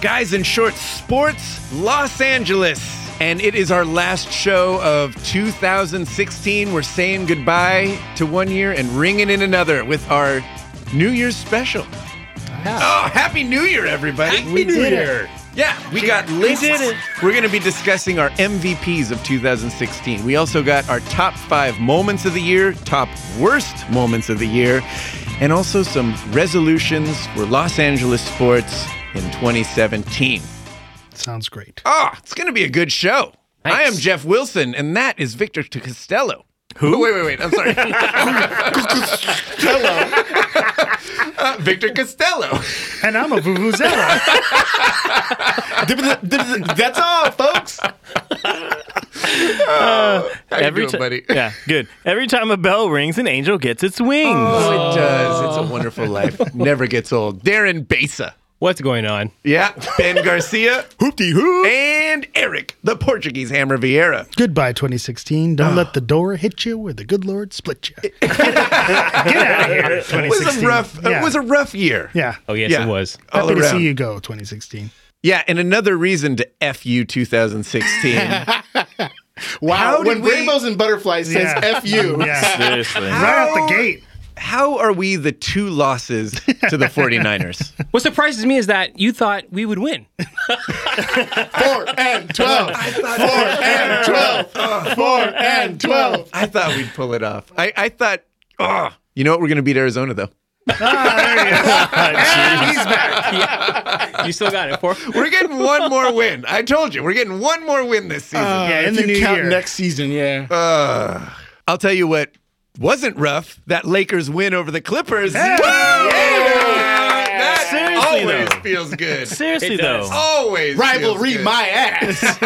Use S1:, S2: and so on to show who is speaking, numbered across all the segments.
S1: Guys in Short Sports, Los Angeles. And it is our last show of 2016. We're saying goodbye to one year and ringing in another with our New Year's special. Oh, Happy New Year, everybody.
S2: We did it.
S1: Yeah, we got lists.
S2: did it.
S1: We're going to be discussing our MVPs of 2016. We also got our top five moments of the year, top worst moments of the year, and also some resolutions for Los Angeles sports in 2017.
S3: Sounds great.
S1: Oh, it's going to be a good show. I am Jeff Wilson, and that is Victor Costello. Who? wait, wait, wait. I'm sorry. Uh, Victor Costello.
S3: And I'm a vuvuzela.
S1: That's all, folks. How you doing,
S2: ti-
S1: buddy?
S2: Yeah, good. Every time a bell rings, an angel gets its wings.
S1: Oh, it does. It's a wonderful life. Never gets old. Darren Besa.
S4: What's going on?
S1: Yeah. Ben Garcia. Hoopty hoop. And Eric, the Portuguese Hammer Vieira.
S3: Goodbye, 2016. Don't let the door hit you or the good Lord split you. Get out of here,
S1: It was
S3: 2016.
S1: a rough.
S3: yeah.
S1: It was a rough year.
S3: yeah.
S4: Oh yes,
S1: Yeah.
S4: it was.
S1: All
S3: Happy to
S1: around.
S3: see you go, 2016.
S1: Yeah, and another reason to F you 2016.
S5: Wow.
S1: How did
S5: when
S1: we-
S5: Rainbows and Butterflies says
S3: Yeah.
S5: F you.
S3: Yeah.
S2: Seriously.
S3: right out the gate.
S1: How are we the two losses to the 49ers?
S4: What surprises me is that you thought we would win.
S5: Four and
S1: Oh,
S5: twelve. Four and twelve. Four and twelve.
S1: I thought we'd pull it off. I, I thought, oh, you know what? We're going to beat Arizona, though.
S4: You still got it. Four.
S1: We're getting one more win. I told you, we're getting one more win this season.
S3: Yeah, in
S5: if
S3: the
S5: you
S3: new
S5: count
S3: year.
S5: next season, yeah.
S1: I'll tell you what wasn't rough that Lakers win over the Clippers. Woo! That
S2: Seriously,
S1: always
S2: though.
S1: feels good.
S2: Seriously
S4: It does.
S2: though,
S1: Always. feels
S5: Rivalry,
S1: good.
S5: my ass.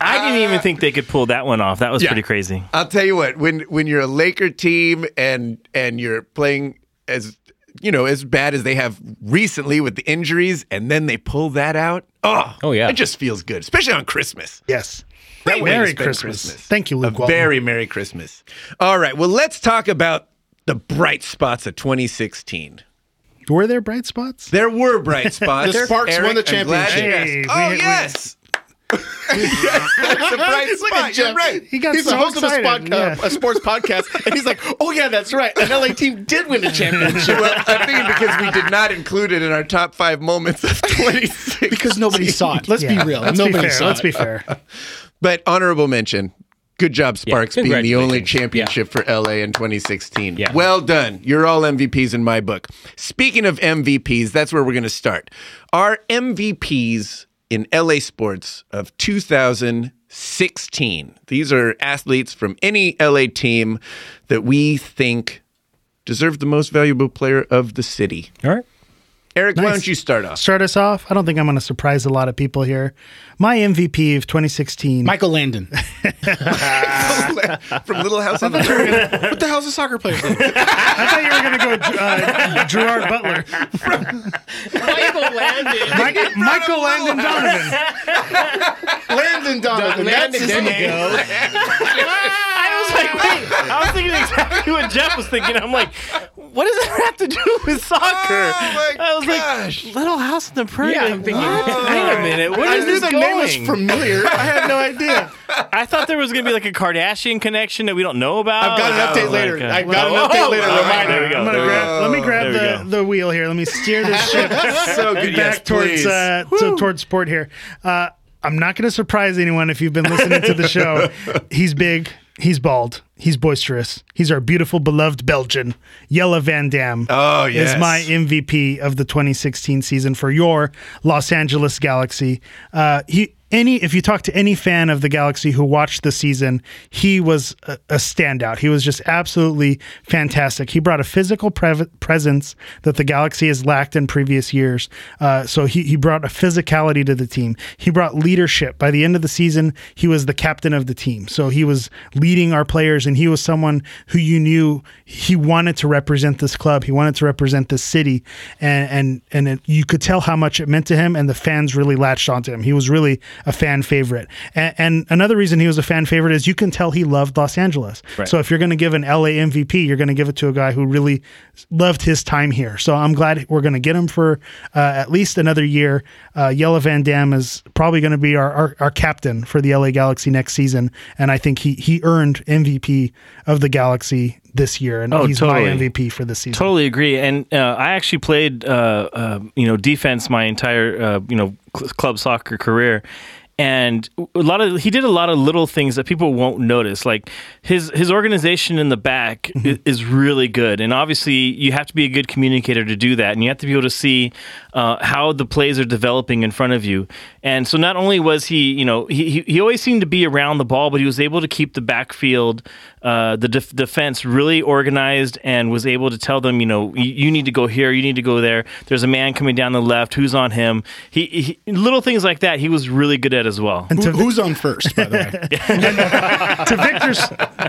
S2: I didn't even think they could pull that one off. That was
S1: Yeah.
S2: pretty crazy.
S1: I'll tell you what, when when you're a Laker team and and you're playing as you know, as bad as they have recently with the injuries, and then they pull that out. Oh,
S4: Oh, yeah.
S1: It just feels good, especially on Christmas.
S3: Yes.
S1: Great way to
S3: Merry
S1: spend
S3: Christmas. Thank you, Luke
S1: A
S3: Walton.
S1: very Merry Christmas. All right. Well, let's talk about the bright spots of 2016.
S3: Were there bright spots?
S1: There were bright spots.
S5: The Sparks won
S1: Eric,
S5: the
S1: I'm glad you
S3: championship.
S1: asked.
S3: Hey,
S1: oh,
S3: we- we-
S1: yes. yes. That's a bright
S5: Look at
S1: spot.
S5: Jeff.
S1: You're right.
S3: He got
S5: he's
S3: so
S5: the host
S3: excited,
S5: of a, spot,
S3: yeah.
S5: a sports podcast, and he's like, "Oh yeah, that's right. An LA team did win a championship
S1: well, I'm thinking because we did not include it in our top five moments of 26.
S5: because nobody saw it. Let's
S3: Yeah.
S5: be real.
S3: Let's
S5: nobody
S3: be fair.
S5: saw
S3: Let's
S5: it.
S3: be fair.
S1: But honorable mention. Good job, Sparks, being the only championship for LA in 2016.
S4: Yeah.
S1: Well done. You're all MVPs in my book. Speaking of MVPs, that's where we're going to start. Our MVPs in LA sports of 2016. These are athletes from any LA team that we think deserve the most valuable player of the city.
S4: All right.
S1: Eric, why
S3: Nice.
S1: don't you start off?
S3: Start us off. I don't think I'm going to surprise a lot of people here. My MVP of 2016.
S5: Michael Landon.
S1: from Little House on the Prairie.
S5: what the hell's a soccer player?
S3: I thought you were going to go uh, Gerard Butler.
S4: Michael landed.
S3: Mike, Michael Landon Donovan.
S5: Landon Donovan. That's his name.
S2: I was like, wait. I was thinking exactly what Jeff was thinking. I'm like, what does that have to do with soccer?
S1: Oh, my
S2: I was
S1: gosh.
S2: like, Little House on the Prairie.
S4: Yeah, I'm
S2: like,
S4: thinking-
S2: what? Wait a minute. What
S5: I
S2: is
S5: knew
S2: this
S5: the
S2: going?
S5: name was familiar. I had no idea.
S2: I thought there was gonna be like a Kardashian connection that we don't know about.
S5: I've got an
S2: Like, I was
S5: update later.
S2: uh,
S5: I've got
S2: oh,
S5: an update later.
S2: all right,
S5: Reminder.
S2: There we go.
S3: I'm gonna
S2: There we
S3: grab, let me grab
S2: There we
S3: the,
S2: go.
S3: the wheel here. Let me steer this ship
S1: so good. yes,
S3: back towards
S1: please.
S3: uh, to, towards sport here. Uh, I'm not going to surprise anyone if you've been listening to the show. He's big. He's bald. He's boisterous. He's our beautiful, beloved Belgian, Yella Van Dam.
S1: Oh, yes.
S3: Is my MVP of the 2016 season for your Los Angeles Galaxy. Uh, he any if you talk to any fan of the Galaxy who watched the season, he was a, a standout. He was just absolutely fantastic. He brought a physical prev presence that the Galaxy has lacked in previous years. Uh, so he he brought a physicality to the team. He brought leadership. By the end of the season, he was the captain of the team. So he was leading our players, and he was someone who you knew he wanted to represent this club. He wanted to represent this city, and and and it, you could tell how much it meant to him, and the fans really latched onto him. He was really a fan favorite. And, and another reason he was a fan favorite is you can tell he loved Los Angeles. So if you're going to give an LA MVP, you're going to give it to a guy who really loved his time here. So I'm glad we're going to get him for uh, at least another year. Uh, Yellow Van Dam is probably going to be our, our, our captain for the LA Galaxy next season. And I think he, he earned MVP of the Galaxy this year. And
S2: Oh,
S3: he's
S2: totally.
S3: my MVP for this season.
S2: Totally agree. And uh, I actually played, uh, uh, you know, defense my entire, uh, you know, cl- club soccer career. And a lot of he did a lot of little things that people won't notice. Like his his organization in the back i- is really good, and obviously you have to be a good communicator to do that, and you have to be able to see uh, how the plays are developing in front of you. And so not only was he, you know, he he- he always seemed to be around the ball, but he was able to keep the backfield, uh, the def- defense really organized, and was able to tell them, you know, you, you need to go here, you need to go there. There's a man coming down the left. Who's on him? He, he little things like that. He was really good at as well.
S5: Who, who's on first, by the way?
S3: to Victor's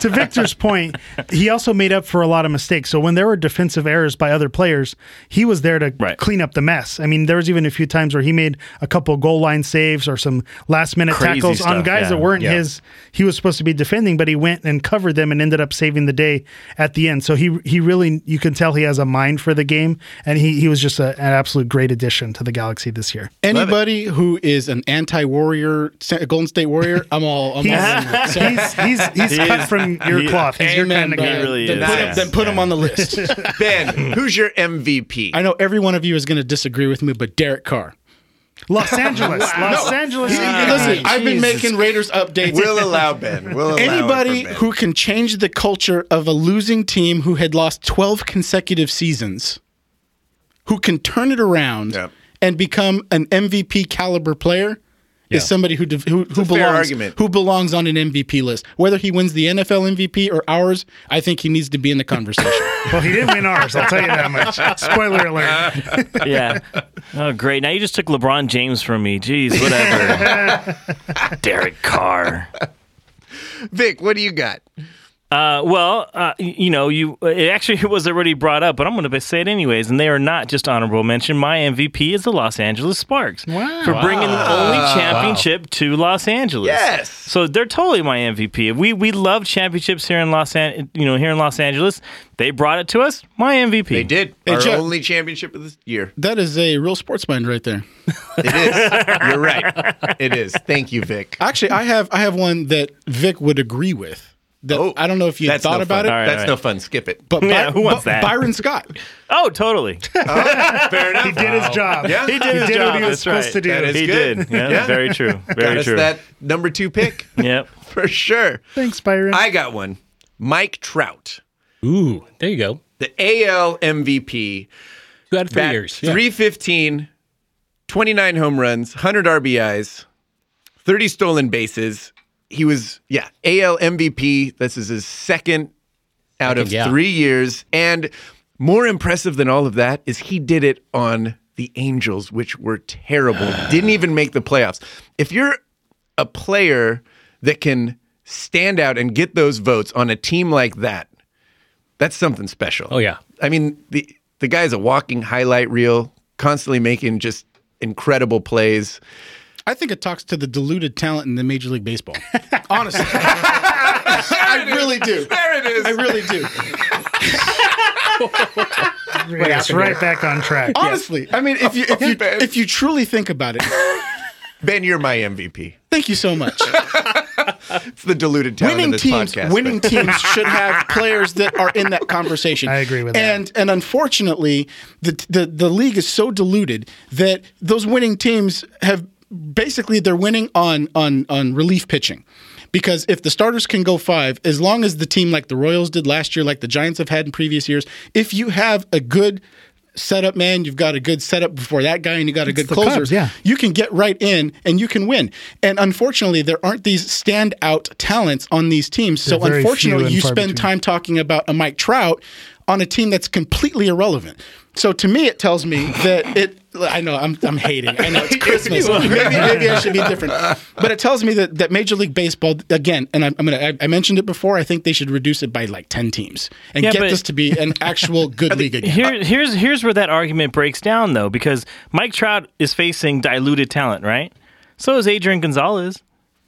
S3: to Victor's point, he also made up for a lot of mistakes. So when there were defensive errors by other players, he was there to
S2: Right.
S3: clean up the mess. I mean, there was even a few times where he made a couple goal line saves or some last minute
S2: Crazy
S3: tackles on
S2: stuff,
S3: guys
S2: yeah,
S3: that weren't
S5: yeah.
S3: his. He was supposed to be defending, but he went and covered them and ended up saving the day at the end. So he he really you can tell he has a mind for the game, and he he was just a, an absolute great addition to the Galaxy this year.
S5: Anybody who is an anti-warrior, Sa- Golden State warrior, I'm all. I'm all in with.
S3: He's
S5: So-
S3: he's he's, he's
S2: He
S3: cut
S2: is-
S3: from your
S2: he-
S3: cloth. He's your
S5: Amen,
S3: kind of guy.
S5: bud.
S2: really
S5: then
S2: is.
S5: Put,
S2: Yeah.
S5: him, then put him on the list.
S1: Ben, who's your MVP?
S5: I know every one of you is going to disagree with me, but Derek Carr.
S3: Los Angeles, Los Angeles.
S5: He- listen, I've been
S2: Jesus.
S5: making Raiders updates.
S1: We'll allow Ben. We'll allow it for
S5: Anybody
S1: Ben.
S5: who can change the culture of a losing team who had lost 12 consecutive seasons, who can turn it around
S1: Yep.
S5: and become an MVP caliber player, is somebody who dev- who, who
S1: a fair
S5: belongs
S1: argument.
S5: who belongs on an MVP list. Whether he wins the NFL MVP or ours, I think he needs to be in the conversation.
S3: Well, he didn't win ours. I'll tell you that much. Spoiler alert.
S2: yeah. Oh, great. Now you just took LeBron James from me. Jeez, whatever. Derek Carr.
S1: Vic, what do you got?
S2: Uh, well, uh, y- you know, you it actually was already brought up, but I'm going to say it anyways. And they are not just honorable mention. My MVP is the Los Angeles Sparks for bringing the only championship to Los Angeles.
S1: Yes.
S2: So they're totally my MVP. We we love championships here in Los An- you know here in Los Angeles. They brought it to us. My MVP.
S1: They did. Our
S5: Jeff-
S1: only championship of this year.
S5: that is a real sports mind right there.
S1: It is. You're right. It is. Thank you, Vic.
S5: Actually, I have I have one that Vic would agree with. That
S1: Oh,
S5: I don't know if you
S1: That's
S5: thought
S1: no fun.
S5: about it,
S2: All right,
S1: That's
S2: all right.
S1: no fun. Skip it.
S5: but
S2: Yeah,
S5: By-
S2: who wants
S5: but
S2: that?
S5: Byron Scott.
S2: Oh, totally.
S1: Fair enough.
S3: He did his job.
S1: Yeah.
S2: He did his
S3: did
S2: job.
S3: what he was
S2: That's
S3: supposed
S2: right.
S3: to do.
S1: That is
S2: he
S1: good.
S2: did. Yeah,
S1: Yeah.
S2: Very true. Very
S1: got
S2: true.
S1: us that number two pick
S2: Yep.
S1: for sure.
S3: Thanks, Byron.
S1: I got one. Mike Trout,
S4: Ooh, there you go.
S1: the AL MVP,
S4: Two out of three
S1: bat-
S4: years.
S1: 315, 29 home runs, 100 RBIs, 30 stolen bases. He was, yeah, AL MVP. This is his second out of
S4: Second, yeah.
S1: three years. And more impressive than all of that is he did it on the Angels, which were terrible, didn't even make the playoffs. If you're a player that can stand out and get those votes on a team like that, that's something special.
S4: Oh, yeah.
S1: I mean, the the guy's a walking highlight reel, constantly making just incredible plays.
S5: I think it talks to the diluted talent in the Major League Baseball. Honestly. I really do.
S1: There it is.
S5: I really do.
S3: It's right back on track.
S5: Honestly. I mean, if you if you
S1: Ben.
S5: if you truly think about it,
S1: Ben, you're my MVP.
S5: thank you so much.
S1: It's the diluted talent of
S5: winning
S1: this
S5: teams
S1: podcast.
S5: winning
S1: but-
S5: teams should have players that are in that conversation
S3: I agree with that.
S5: and and unfortunately the, the the league is so diluted that those winning teams have basically they're winning on on on relief pitching because if the starters can go five, as long as the team like the Royals did last year, like the Giants have had in previous years, if you have a good setup man, you've got a good setup before that guy, and you got a good
S3: the
S5: closer,
S3: Cubs, yeah.
S5: you can get right in and you can win. And unfortunately, there aren't these standout talents on these teams. So
S3: They're very few
S5: unfortunately,
S3: and
S5: you
S3: far
S5: spend
S3: between.
S5: time talking about a Mike Trout on a team that's completely irrelevant. So to me, it tells me that it. I know I'm, I'm hating. I know it's Christmas. maybe, maybe I should be different. But it tells me that, that Major League Baseball again, and I'm, I'm gonna. I, I mentioned it before. I think they should reduce it by like ten teams and
S2: Yeah,
S5: get
S2: but-
S5: this to be an actual good league again.
S2: Here, here's here's where that argument breaks down though, because Mike Trout is facing diluted talent, right? So is Adrian Gonzalez.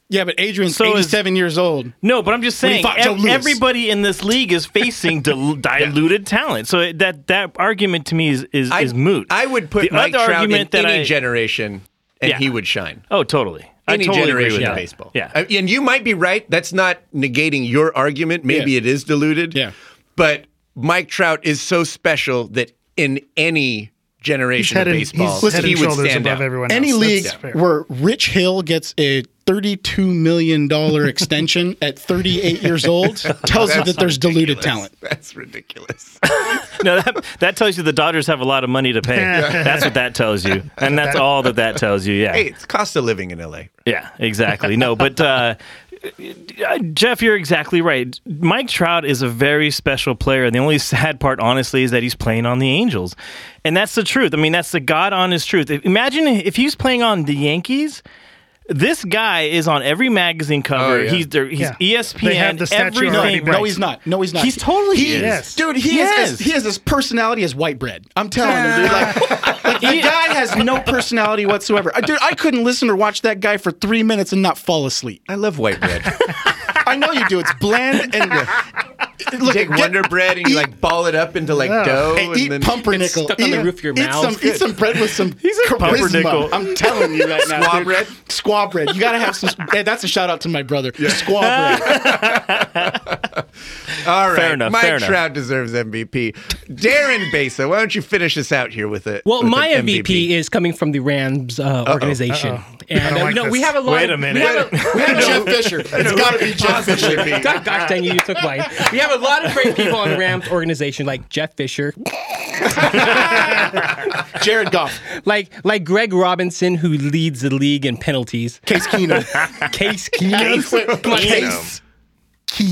S5: Yeah, but Adrian's
S2: So is-
S5: 87 years old.
S2: No, but I'm just
S5: When he
S2: saying
S5: fought Joe
S2: ev-
S5: Louis.
S2: everybody in this league is facing dil- diluted talent. So it- that that argument to me is is,
S1: I,
S2: is moot.
S1: I would put
S2: the
S1: Mike
S2: other
S1: Trout in
S2: argument that
S1: any
S2: I,
S1: generation, and
S2: Yeah.
S1: he would shine.
S2: Oh, totally.
S1: Any
S2: I totally agree
S1: generation
S2: with
S1: of
S2: that.
S1: baseball.
S2: Yeah.
S1: Uh, and you might be right. That's not negating your argument. Maybe
S5: Yeah.
S1: it is diluted.
S5: Yeah.
S1: But Mike Trout is so special that in any
S3: He's
S1: generation
S3: head
S1: of
S3: and,
S1: baseball,
S3: he's head
S1: he
S3: and
S1: would
S3: shoulders
S1: stand
S3: above
S1: out.
S3: everyone
S5: Any
S3: else.
S5: league
S3: That's fair.
S5: where Rich Hill gets a $32 million extension at 38 years old tells you that there's diluted talent.
S1: That's ridiculous.
S2: No, that, that tells you the Dodgers have a lot of money to pay. That's what that tells you, and that's all that that tells you. Yeah.
S1: hey, it's cost of living in LA.
S2: Yeah, exactly. No, but uh, Jeff, you're exactly right. Mike Trout is a very special player. and The only sad part, honestly, is that he's playing on the Angels. And that's the truth. I mean, that's the God honest truth. If- Imagine if he's playing on the Yankees. This guy is on every magazine cover.
S1: Oh, yeah.
S2: He's there. He's E
S3: Yeah.
S2: ESPN.
S3: They have the statue
S2: everything.
S3: already
S5: No, he's not. No, he's not.
S2: He's totally
S5: He-
S2: is.
S3: Yes.
S5: Dude, he, has
S2: Yes.
S5: he has his personality as white bread. I'm telling you, dude. Like, like the guy has no personality whatsoever. Uh, Dude, I couldn't listen or watch that guy for three minutes and not fall asleep.
S1: I love white bread.
S5: I know you do. It's bland and
S1: You
S5: look.
S1: take
S5: get-
S1: Wonder Bread and you like ball it up into like
S3: Yeah.
S1: dough.
S5: Hey,
S1: and
S5: eat
S1: then
S5: pumpernickel.
S4: It's stuck on the
S5: Eat-
S4: roof of your
S5: eat
S4: mouth.
S5: Some, eat some bread with some He's
S2: a pumpernickel.
S5: I'm telling you right now.
S1: Squaw
S5: dude.
S1: bread?
S5: Squaw bread. You got to have some. Hey, that's a shout out to my brother. Squaw bread.
S1: All right.
S2: enough,
S1: Mike
S2: fair enough.
S1: Trout deserves MVP. Darren Besa, why don't you finish us out here with it?
S4: Well, my MVP, is coming from the Rams uh, organization,
S3: I
S4: and
S3: don't
S4: uh,
S3: like
S4: no, we
S3: this.
S4: have a lot.
S2: Wait a
S4: of-
S2: minute.
S4: We have a, we have a-
S5: Jeff Fisher. It's got to be Jeff Fisher.
S4: God, gosh dang you, you took mine. We have a lot of great people on the Rams organization, like Jeff Fisher,
S5: Jared Goff.
S4: like like Greg Robinson, who leads the league in penalties.
S5: Case Keenum.
S4: Case Keenum. Come on, Case.
S5: Case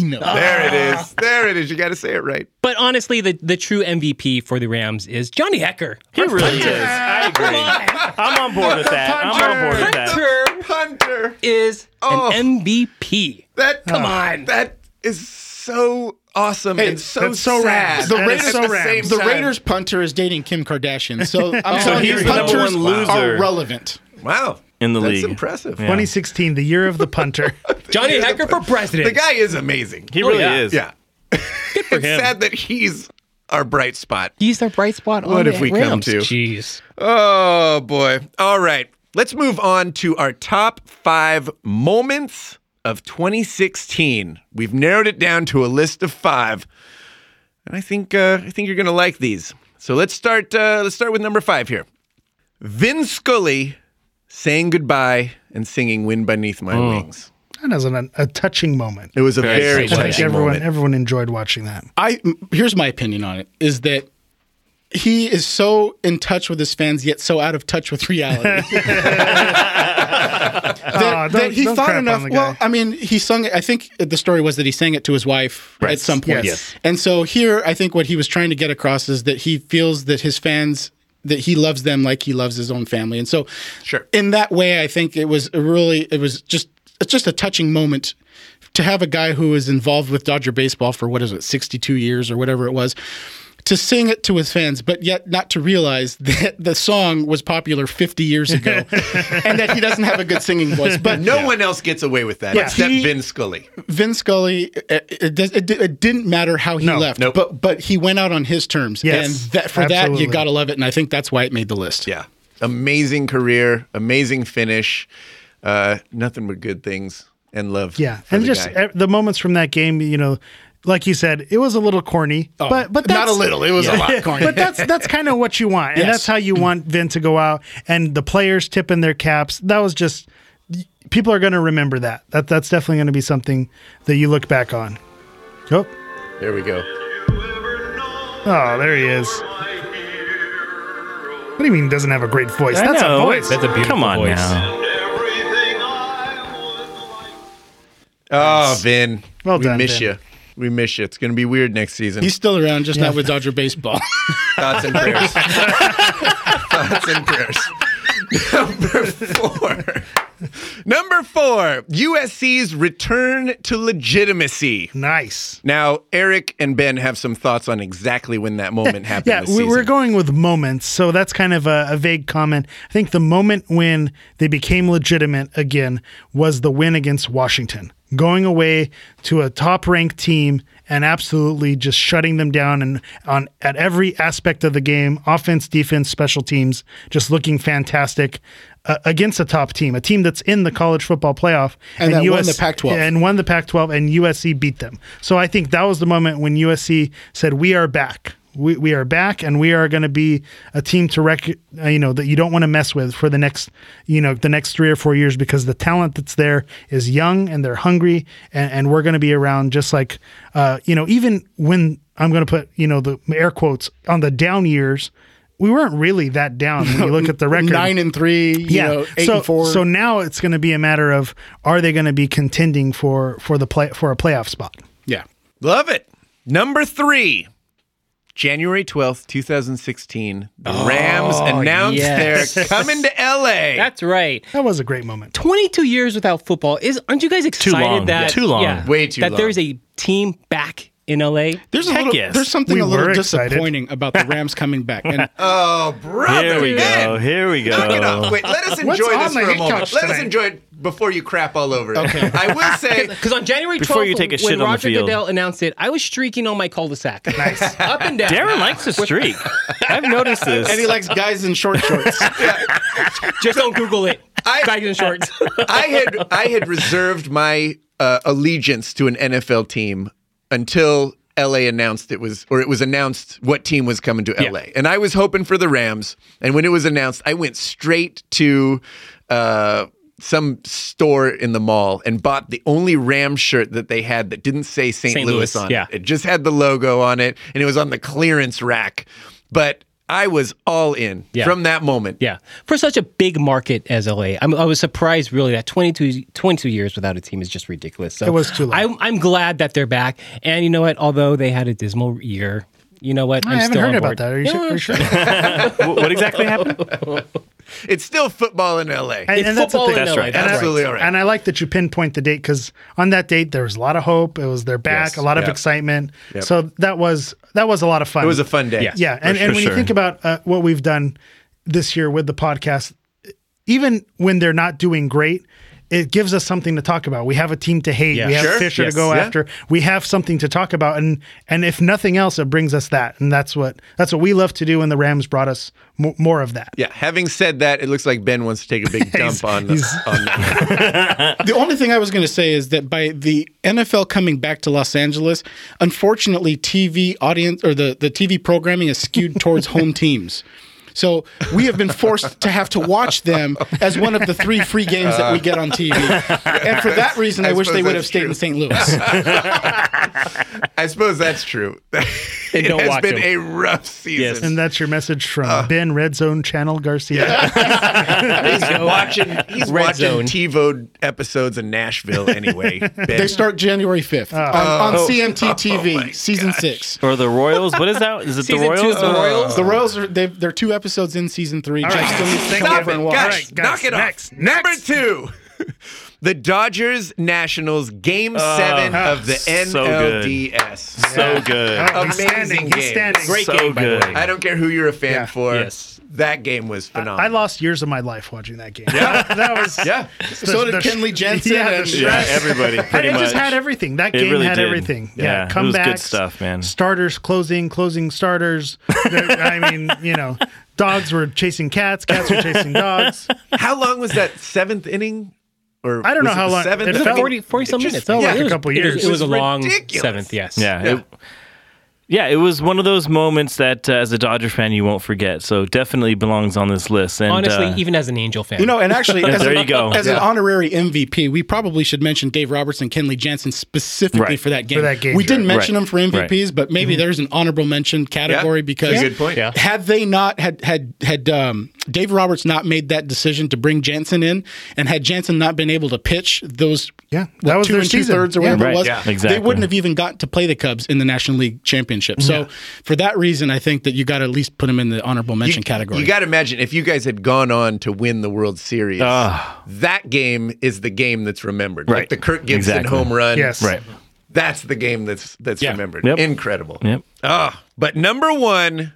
S5: Keenum.
S1: There it is. There it is. You got to say it right.
S4: But honestly, the, the true MVP for the Rams is Johnny Hecker.
S2: He really is. I agree. I'm on board with that. I'm on board with that.
S4: Hunter
S1: Hunter.
S4: is
S1: Oh.
S4: an MVP.
S1: That
S4: Come
S2: Ah.
S4: on.
S1: That is so awesome
S5: Hey,
S1: and so
S3: that's so
S1: sad.
S3: Rams.
S5: The
S3: That is
S5: Raiders-
S3: so
S5: at the
S3: Rams.
S1: same
S5: The
S1: time.
S5: Raiders punter is dating Kim Kardashian, so I'm telling
S2: Oh, he's
S5: you,
S2: the number
S5: punters
S2: one
S5: are
S2: loser.
S5: relevant.
S1: Wow.
S2: In the
S1: That's
S2: league.
S1: impressive.
S3: 2016, the year of the punter.
S4: Johnny Hecker for president.
S1: The guy is amazing.
S2: He
S4: Oh,
S2: really
S4: yeah.
S2: is.
S1: yeah. Good for it's
S2: him.
S1: sad that he's our bright spot.
S4: He's their bright spot on
S1: What
S4: the
S1: have we come
S4: Rams.
S1: to?
S4: Jeez.
S1: Oh boy. All right. Let's move on to our top five moments of 2016. We've narrowed it down to a list of five, and I think uh, I think you're gonna like these. So let's start. Uh, let's start with number five here. Vin Scully saying goodbye and singing "Wind Beneath My Wings."
S3: that was an, a touching moment.
S1: It was a Mm. very,
S3: I think
S1: touching
S3: everyone
S1: moment.
S3: everyone enjoyed watching that.
S5: I m- here's my opinion on it is that he is so in touch with his fans yet so out of touch with reality that,
S3: Oh, Ah, don't-
S5: that he
S3: don't
S5: thought
S3: crap on
S5: enough
S3: the guy.
S5: well i mean he sung it i think the story was that he sang it to his wife at some
S3: Yes.
S5: point
S3: Yes.
S5: and so here i think what he was trying to get across is that he feels that his fans that he loves them like he loves his own family and so
S1: Sure.
S5: in that way i think it was a really it was just it's just a touching moment to have a guy who is involved with Dodger baseball for what is it 62 years or whatever it was to sing it to his fans but yet not to realize that the song was popular 50 years ago and that he doesn't have a good singing voice but
S1: No one else gets away with that except
S5: He-
S1: Vin Scully.
S5: Vin Scully, it, it, does, it, di- it didn't matter how he
S3: No.
S5: left,
S1: Nope.
S5: but but he went out on his terms,
S3: Yes.
S5: and that, for that you
S3: Absolutely.
S5: gotta love it, and I think that's why it made the list.
S1: Yeah. Amazing career, amazing finish. Uh, nothing but good things and love.
S3: Yeah,
S1: for
S3: and
S1: the
S3: just
S1: guy.
S3: e- the moments from that game, you know, like you said, it was a little corny, but but that's,
S5: Oh, not a little, it was a lot. Corny.
S3: but that's that's kind of what you want, and
S5: Yes.
S3: that's how you want Vin to go out, and the players tipping their caps. That was just people are going to remember that. That that's definitely going to be something that you look back on. Oh,
S1: there we go.
S3: oh, there he is. What do you mean doesn't have a great voice?
S2: I
S3: That's a
S2: know.
S3: voice.
S4: That's a beautiful
S2: Come on
S4: voice.
S2: now.
S1: Oh, Vin.
S3: Well
S1: we
S3: done,
S1: miss
S3: Vin.
S1: you. We miss you. It's going to be weird next season.
S5: He's still around, just not with Dodger baseball.
S1: Thoughts and prayers. Thoughts and prayers. Number four. Number four, USC's return to legitimacy.
S3: Nice.
S1: Now, Eric and Ben have some thoughts on exactly when that moment happened.
S3: Yeah,
S1: this
S3: we, we're
S1: season.
S3: going with moments, so that's kind of a, a vague comment. I think the moment when they became legitimate again was the win against Washington, going away to a top-ranked team and absolutely just shutting them down and on at every aspect of the game, offense, defense, special teams, just looking fantastic. Uh, against a top team, a team that's in the college football playoff,
S5: And that won the Pac-12.
S3: and won the Pac-12, and USC beat them. So I think that was the moment when USC said, "We are back. We, we are back, and we are going to be a team to rec- uh, you know that you don't want to mess with for the next you know the next three or four years because the talent that's there is young and they're hungry, and, and we're going to be around just like uh, you know even when I'm going to put you know the air quotes on the down years." We weren't really that down when you look at the record.
S5: Nine and three, you know, eight
S3: so,
S5: and four.
S3: So now it's going to be a matter of are they going to be contending for for the play for a playoff spot?
S5: yeah.
S1: Love it. Number three, January 12th, 2016. The Rams announced
S4: yes.
S1: they're coming to LA.
S4: That's right.
S3: That was a great moment.
S4: 22 years without football is. Aren't you guys excited
S2: long.
S4: that
S2: Too long.
S1: Way too
S4: that
S1: long.
S4: there's a team back in LA?
S5: There's a
S2: Heck
S5: little,
S2: yes.
S5: there's something
S3: We
S5: a little
S3: were excited.
S5: disappointing about the Rams coming back. And
S1: oh, brother.
S2: Here we
S1: Ben,
S2: go. Here we
S1: Knock it off.
S2: go.
S1: Wait, let us
S3: What's
S1: enjoy
S3: on
S1: this
S3: my
S1: for a
S3: hiccups
S1: moment. Let us
S3: tonight?
S1: enjoy it before you crap all over it. Okay. I will say,
S4: Because on January 12th,
S2: Before you take a shit
S4: when
S2: on the
S4: Roger
S2: field.
S4: Goodell announced it, I was streaking on my cul-de-sac. Nice. Up and down.
S2: Darren likes a streak. I've noticed
S5: and he
S2: this.
S5: likes guys in short shorts.
S4: Just don't Google it.
S1: I-
S4: Bags and shorts.
S1: I had I had reserved my uh, allegiance to an NFL team until LA announced it was or it was announced what team was coming to LA. And I was hoping for the Rams. And when it was announced, I went straight to uh some store in the mall and bought the only Ram shirt that they had that didn't say St.
S4: St.
S1: Louis,
S4: Louis,
S1: on
S4: yeah.
S1: it. It just had the logo on it and it was on the clearance rack. But I was all in
S4: Yeah.
S1: from that moment.
S4: Yeah. For such a big market as LA, I'm, I was surprised really that 22, 22 years without a team is just ridiculous. So
S3: It was too long.
S4: I'm, I'm glad that they're back. And you know what? Although they had a dismal year, you know what?
S3: I
S4: I'm
S3: haven't
S4: still
S3: heard
S4: on
S3: about
S4: board.
S3: that. Are you, sure? Are you sure?
S2: Wh- what exactly happened?
S1: It's still football in LA.
S4: It's football in
S2: That's right.
S4: LA. That's
S1: That's
S4: right.
S1: Absolutely all right.
S3: And I like that you pinpoint the date because on that date there was a lot of hope. It was their back,
S1: Yes.
S3: a lot of
S1: Yep.
S3: excitement. So that was that was a lot of fun.
S1: It was a fun day.
S3: Yeah, and, and when you think about uh, what we've done this year with the podcast, even when they're not doing great, it gives us something to talk about. We have a team to hate.
S4: Yeah.
S3: We have
S1: Sure.
S3: Fisher
S1: Yes.
S3: to go
S1: Yeah.
S3: after. We have something to talk about, and and if nothing else, it brings us that, and that's what that's what we love to do. And the Rams brought us mo- more of that.
S1: Yeah. Having said that, it looks like Ben wants to take a big dump on, the,
S3: he's-
S1: on the,
S5: the only thing I was going to say is that by the NFL coming back to Los Angeles, unfortunately, TV audience or the, the TV programming is skewed towards home teams. So we have been forced to have to watch them as one of the three free games that we get on TV. And for that reason,
S1: I
S5: I, wish they
S1: suppose
S5: would have
S1: that's
S5: stayed
S1: true.
S5: in St. Louis.
S1: I suppose that's true. it
S4: don't
S1: has
S4: watch
S1: been
S4: him.
S1: a rough season.
S3: And that's your message from Ben Red Zone Channel Garcia.
S1: he's watching he's
S4: Red
S1: watching
S4: zone.
S1: TiVo episodes in Nashville anyway.
S5: They
S1: Ben.
S5: start January 5th
S1: Oh.
S5: on, on CMT TV, season six.
S2: Or the Royals? What is that? Is it the
S4: Season two
S2: Royals?
S4: is the Royals.
S5: The Royals Uh, are they've, they're two episodes in season three. Jeff
S3: right.
S5: still needs to
S3: Thank
S5: come
S3: you,
S5: over and
S3: everyone.
S5: watch.
S3: All right.
S1: Guys,
S3: guys,
S1: knock it
S3: next,
S1: off. Number two. The Dodgers Nationals Game Seven of the
S2: so good.
S1: NLDS.
S2: So good.
S3: Oh, he's
S1: Amazing
S3: standing. He's
S1: game.
S3: standing.
S4: Great
S2: So
S4: game, by the
S2: good.
S4: way.
S1: I don't care who you're a fan
S3: Yeah.
S1: for.
S4: Yes.
S1: That game was phenomenal.
S3: I lost years of my life watching that game. Yeah, that, that was
S1: Yeah.
S3: the-
S5: So did
S3: the-
S5: Kenley Jensen
S3: Yeah, the
S5: and-
S3: stress.
S2: Yeah, everybody. Pretty
S3: it
S2: much.
S3: just had everything. That
S2: It
S3: game
S2: really
S3: had
S2: did.
S3: everything.
S2: Yeah,
S3: Yeah,
S2: it was good
S3: comebacks,
S2: stuff, man.
S3: Starters closing, closing starters. There- I mean, you know, dogs were chasing cats, cats were chasing dogs.
S1: How long was that seventh inning? Or
S3: I don't
S1: was
S3: know
S1: it
S3: how
S1: the
S3: long-
S1: Seventh.
S3: it
S1: I
S3: felt-
S1: think-
S4: 40, 40 some
S1: it just
S4: minutes.
S1: felt
S4: Yeah,
S1: like
S4: it
S3: a
S4: was-
S3: couple
S4: it was-
S3: years.
S4: It was a long
S1: Ridiculous.
S4: seventh, yes.
S2: Yeah. it- yeah, it was one of those moments that, uh, as a Dodger fan, you won't forget. So definitely belongs on this list. And
S4: Honestly,
S2: uh,
S4: even as an Angel fan.
S5: You know, and actually, as,
S2: there
S5: an,
S2: you go.
S5: as
S1: Yeah.
S5: an honorary MVP, we probably should mention Dave Roberts and Kenley Jansen specifically
S2: Right.
S5: for that game.
S3: that game, Mm-hmm.
S5: we didn't
S2: right.
S5: mention them for MVPs, but maybe there's an honorable mention category
S1: Yeah.
S5: because
S1: Good point. Yeah.
S5: had they not had had had um, Dave Roberts not made that decision to bring Jansen in, and had Jansen not been able to pitch those,
S3: Yeah, that was
S5: two
S3: their
S5: and
S3: season.
S5: two thirds or
S3: Yeah.
S5: whatever
S2: Right,
S5: it was,
S2: yeah, exactly.
S5: they wouldn't have even got to play the Cubs in the National League Championship. So for that reason, I think that you got to at least put him in the honorable mention category.
S1: You got to imagine if you guys had gone on to win the World Series, that game is the game that's remembered. Like
S2: Ah. Right.
S1: the Kirk Gibson
S2: Exactly.
S1: home run.
S3: Yes. Right.
S1: That's the game that's that's
S5: Yeah.
S1: remembered.
S2: Yep.
S1: Incredible.
S2: Yep.
S1: Ah, but number one,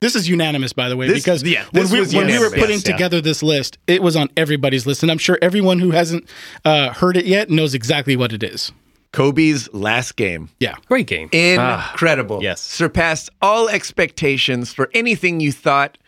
S5: This is unanimous, by the way,
S1: This-
S5: because
S1: yeah,
S5: when,
S1: this
S5: we,
S1: was
S5: when we were
S1: unanimous.
S5: putting
S1: Yes,
S2: yeah.
S5: together this list, it was on everybody's list, and I'm sure everyone who hasn't uh, heard it yet knows exactly what it is.
S1: Kobe's last game.
S5: Yeah,
S4: Great game.
S1: Incredible.
S4: yes.
S1: Surpassed all expectations for anything you thought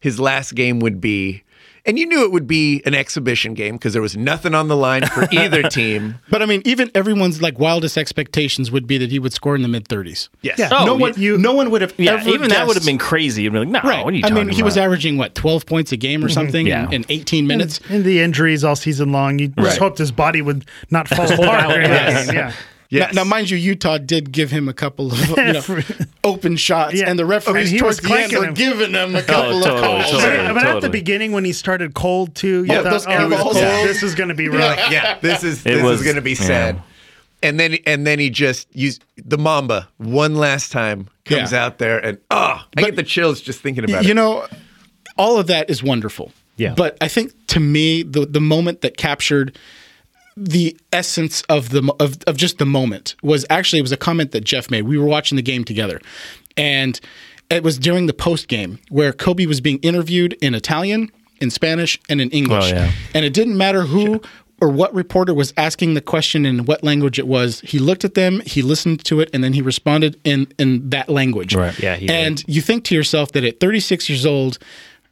S1: his last game would be. And you knew it would be an exhibition game because there was nothing on the line for either team.
S5: but I mean, even everyone's like wildest expectations would be that he would score in the mid 30s.
S1: Yes.
S3: Yeah.
S5: no
S2: Oh,
S5: one,
S3: you-
S5: no one would have.
S2: Yeah,
S5: ever
S2: even that
S5: guessed-
S2: would have been crazy. You'd be like, no,
S5: right.
S2: Oh, what are you
S5: I
S2: talking
S5: mean, he was
S2: about?
S5: averaging what 12 points a game or something
S2: Yeah.
S5: in, in 18 minutes.
S3: In the injuries all season long, you
S2: Right.
S3: just hoped his body would not fall apart. during that game. Yeah.
S1: Yes.
S5: Now, now, mind you, Utah did give him a couple of you know, open shots,
S3: Yeah.
S5: and the referees
S3: And he
S5: towards
S3: was
S5: the end
S3: clanking
S5: were
S3: him.
S5: giving him a couple of
S2: Oh, totally,
S5: calls.
S2: totally.
S3: but at the beginning when he started cold too, you
S5: Yeah,
S3: thought,
S5: those
S3: oh, this,
S5: airballs.
S3: is- this is going to be rough.
S1: yeah, this is this
S2: was-
S1: is going to be sad. And then and then he just used the Mamba one last time comes
S5: Yeah.
S1: out there and oh, I get the chills just thinking about
S5: you
S1: it.
S5: know, all of that is wonderful.
S4: Yeah.
S5: But I think to me, the the moment that captured the essence of the mo- of, of just the moment was actually it was a comment that Jeff made. We were watching the game together, and it was during the post game where Kobe was being interviewed in Italian, in Spanish, and in English.
S2: Oh, yeah.
S5: And it didn't matter who or what reporter was asking the question in what language it was. He looked at them, he listened to it, and then he responded in in that language.
S2: Right.
S4: Yeah, he
S5: and you think to yourself that at 36 years old,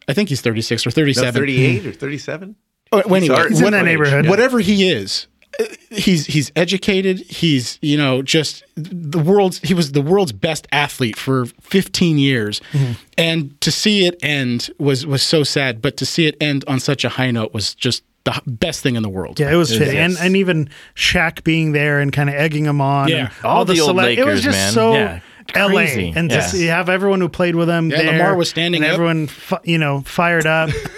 S5: I think he's 36 or 37.
S1: Thirty eight or thirty seven.
S5: Oh, well, anyway,
S3: He's in that neighborhood.
S5: whatever he is, uh, he's he's educated. He's you know just the world's. He was the world's best athlete for 15 years,
S3: Mm-hmm.
S5: and to see it end was was so sad. But to see it end on such a high note was just the h- best thing in the world.
S3: Yeah, it was fitting, and, and even Shaq being there and kind of egging him on.
S5: Yeah.
S3: and
S2: All the old
S3: select- it was
S2: Lakers,
S3: just
S2: man.
S3: so
S2: Yeah.
S3: L.A.
S2: Crazy.
S3: and just
S2: Yeah.
S3: you have everyone who played with him.
S5: Yeah,
S3: there,
S5: Lamar was standing
S3: and
S5: up.
S3: Everyone, fu- you know, fired up. it,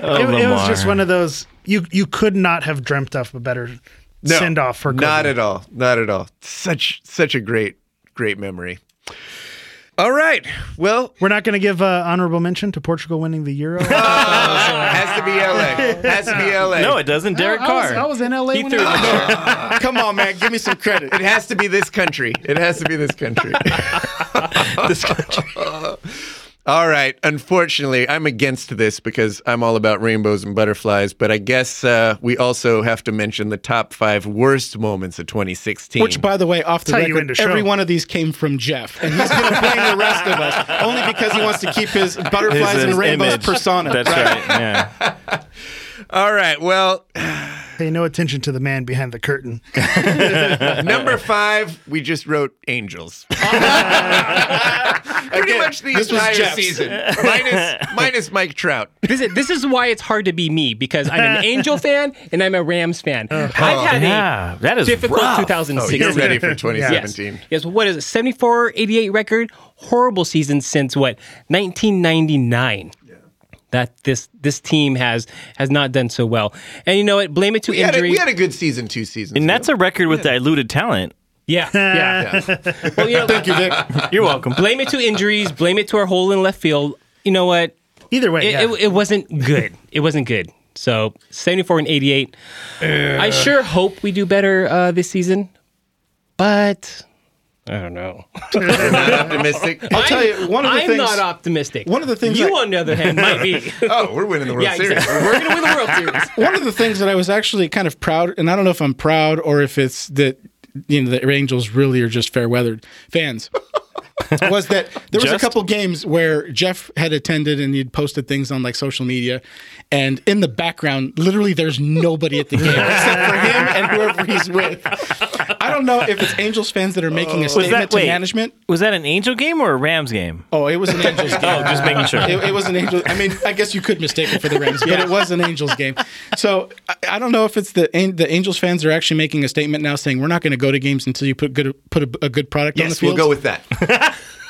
S2: Oh,
S3: it was just one of those you you could not have dreamt of a better
S1: No,
S3: send off for Kobe.
S1: Not at all. Not at all. Such such a great great memory. All right. Well,
S3: We're not going to give uh, honorable mention to Portugal winning the Euro.
S1: uh,
S5: Oh,
S1: has to be LA. Has to be LA.
S2: No, it doesn't. Derek
S3: I, was,
S2: Carr.
S3: I was in L.A.
S4: He
S3: when
S4: threw
S3: it
S4: it in
S3: was-
S4: the dirt.
S5: Come on, man, give me some credit.
S1: It has to be this country. It has to be this country.
S2: this country.
S1: All right. Unfortunately, I'm against this because I'm all about rainbows and butterflies. But I guess uh, we also have to mention the top five worst moments of 2016.
S5: Which, by the way, off the
S3: That's how you
S5: record,
S3: end a show.
S5: every one of these came from Jeff, and he's going to blame the rest of us only because he wants to keep his butterflies
S2: His
S5: and rainbows
S2: image.
S5: persona.
S2: That's right. Yeah.
S1: all right. Well,
S3: Pay no attention to the man behind the curtain.
S1: number five, we just wrote angels. Pretty much the
S5: this was
S1: entire
S5: Jeff's.
S1: season, minus minus Mike Trout.
S4: This is this is why it's hard to be me because I'm an Angel fan and I'm a Rams fan.
S3: Uh,
S4: I've had
S2: Yeah,
S4: a
S2: that is
S4: difficult
S2: rough.
S1: Oh, you're
S4: 2016.
S1: ready for
S4: yes.
S1: 2017.
S4: yes. What is it? 74, 88 record. Horrible season since what? 1999. That this this team has has not done so well. And you know what? Blame it to
S1: We, had a,
S4: injury.
S1: we had a good season two seasons.
S2: And
S1: ago.
S2: that's a record with diluted talent.
S4: yeah. Yeah. well, you know,
S5: Thank you, Vic.
S2: You're welcome.
S4: blame it to injuries. Blame it to our hole in left field. You know what?
S3: Either way,
S4: It,
S3: yeah.
S4: it, it wasn't good. It wasn't good. So 74 and 88. I sure hope we do better uh, this season, but I don't know.
S1: You're not optimistic.
S5: I'll tell you one of the
S4: I'm
S5: things.
S4: not optimistic.
S5: one of the things
S4: you,
S5: I-
S4: on the other hand, might be.
S1: Oh, we're winning the World
S4: yeah,
S1: Series.
S4: exactly. We're going to win the World Series.
S5: one of the things that I was actually kind of proud, and I don't know if I'm proud or if it's that you know the Angels really are just fair weathered fans. was that there was a
S2: Just?
S5: couple games where Jeff had attended and he'd posted things on like social media, and in the background, literally there's nobody at the game except for him and whoever he's with. I don't know if it's Angels fans that are making a statement to
S2: wait.
S5: management.
S2: Was that an Angel game or a Rams game?
S5: Oh, it was an Angels game.
S2: Oh, just making sure.
S5: It, it was an Angels. I mean, I guess you could mistake it for the Rams, but it was an Angels game. So I, I don't know if it's the An- the Angels fans are actually making a statement now saying we're not going to go to games until you put good put a, a good product on the
S1: Yes, we'll
S5: field.
S1: go with that.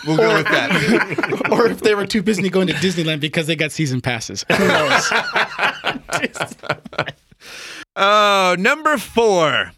S1: We'll go with that.
S5: or if they were too busy going to Disneyland because they got season passes. Who knows?
S1: Oh, number four.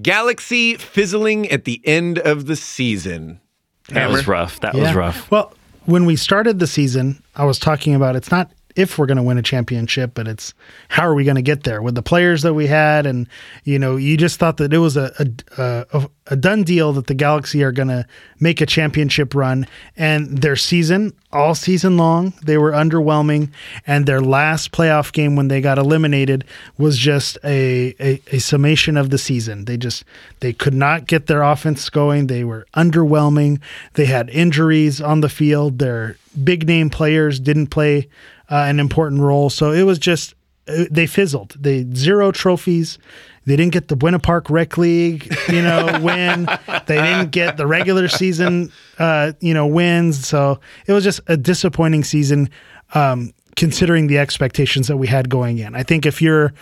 S1: Galaxy fizzling at the end of the season.
S2: That was rough. That was rough.
S3: Well, when we started the season, I was talking about it's not if we're going to win a championship, but it's how are we going to get there with the players that we had, and you know, you just thought that it was a a, a, a done deal that the Galaxy are going to make a championship run, and their season all season long they were underwhelming, and their last playoff game when they got eliminated was just a a, a summation of the season. They just they could not get their offense going. They were underwhelming. They had injuries on the field. Their big name players didn't play uh, an important role. So it was just uh, they fizzled. They zero trophies. They didn't get the Buena Park Rec League, you know, win. They didn't get the regular season, uh, you know, wins. So it was just a disappointing season, um, considering the expectations that we had going in. I think if you're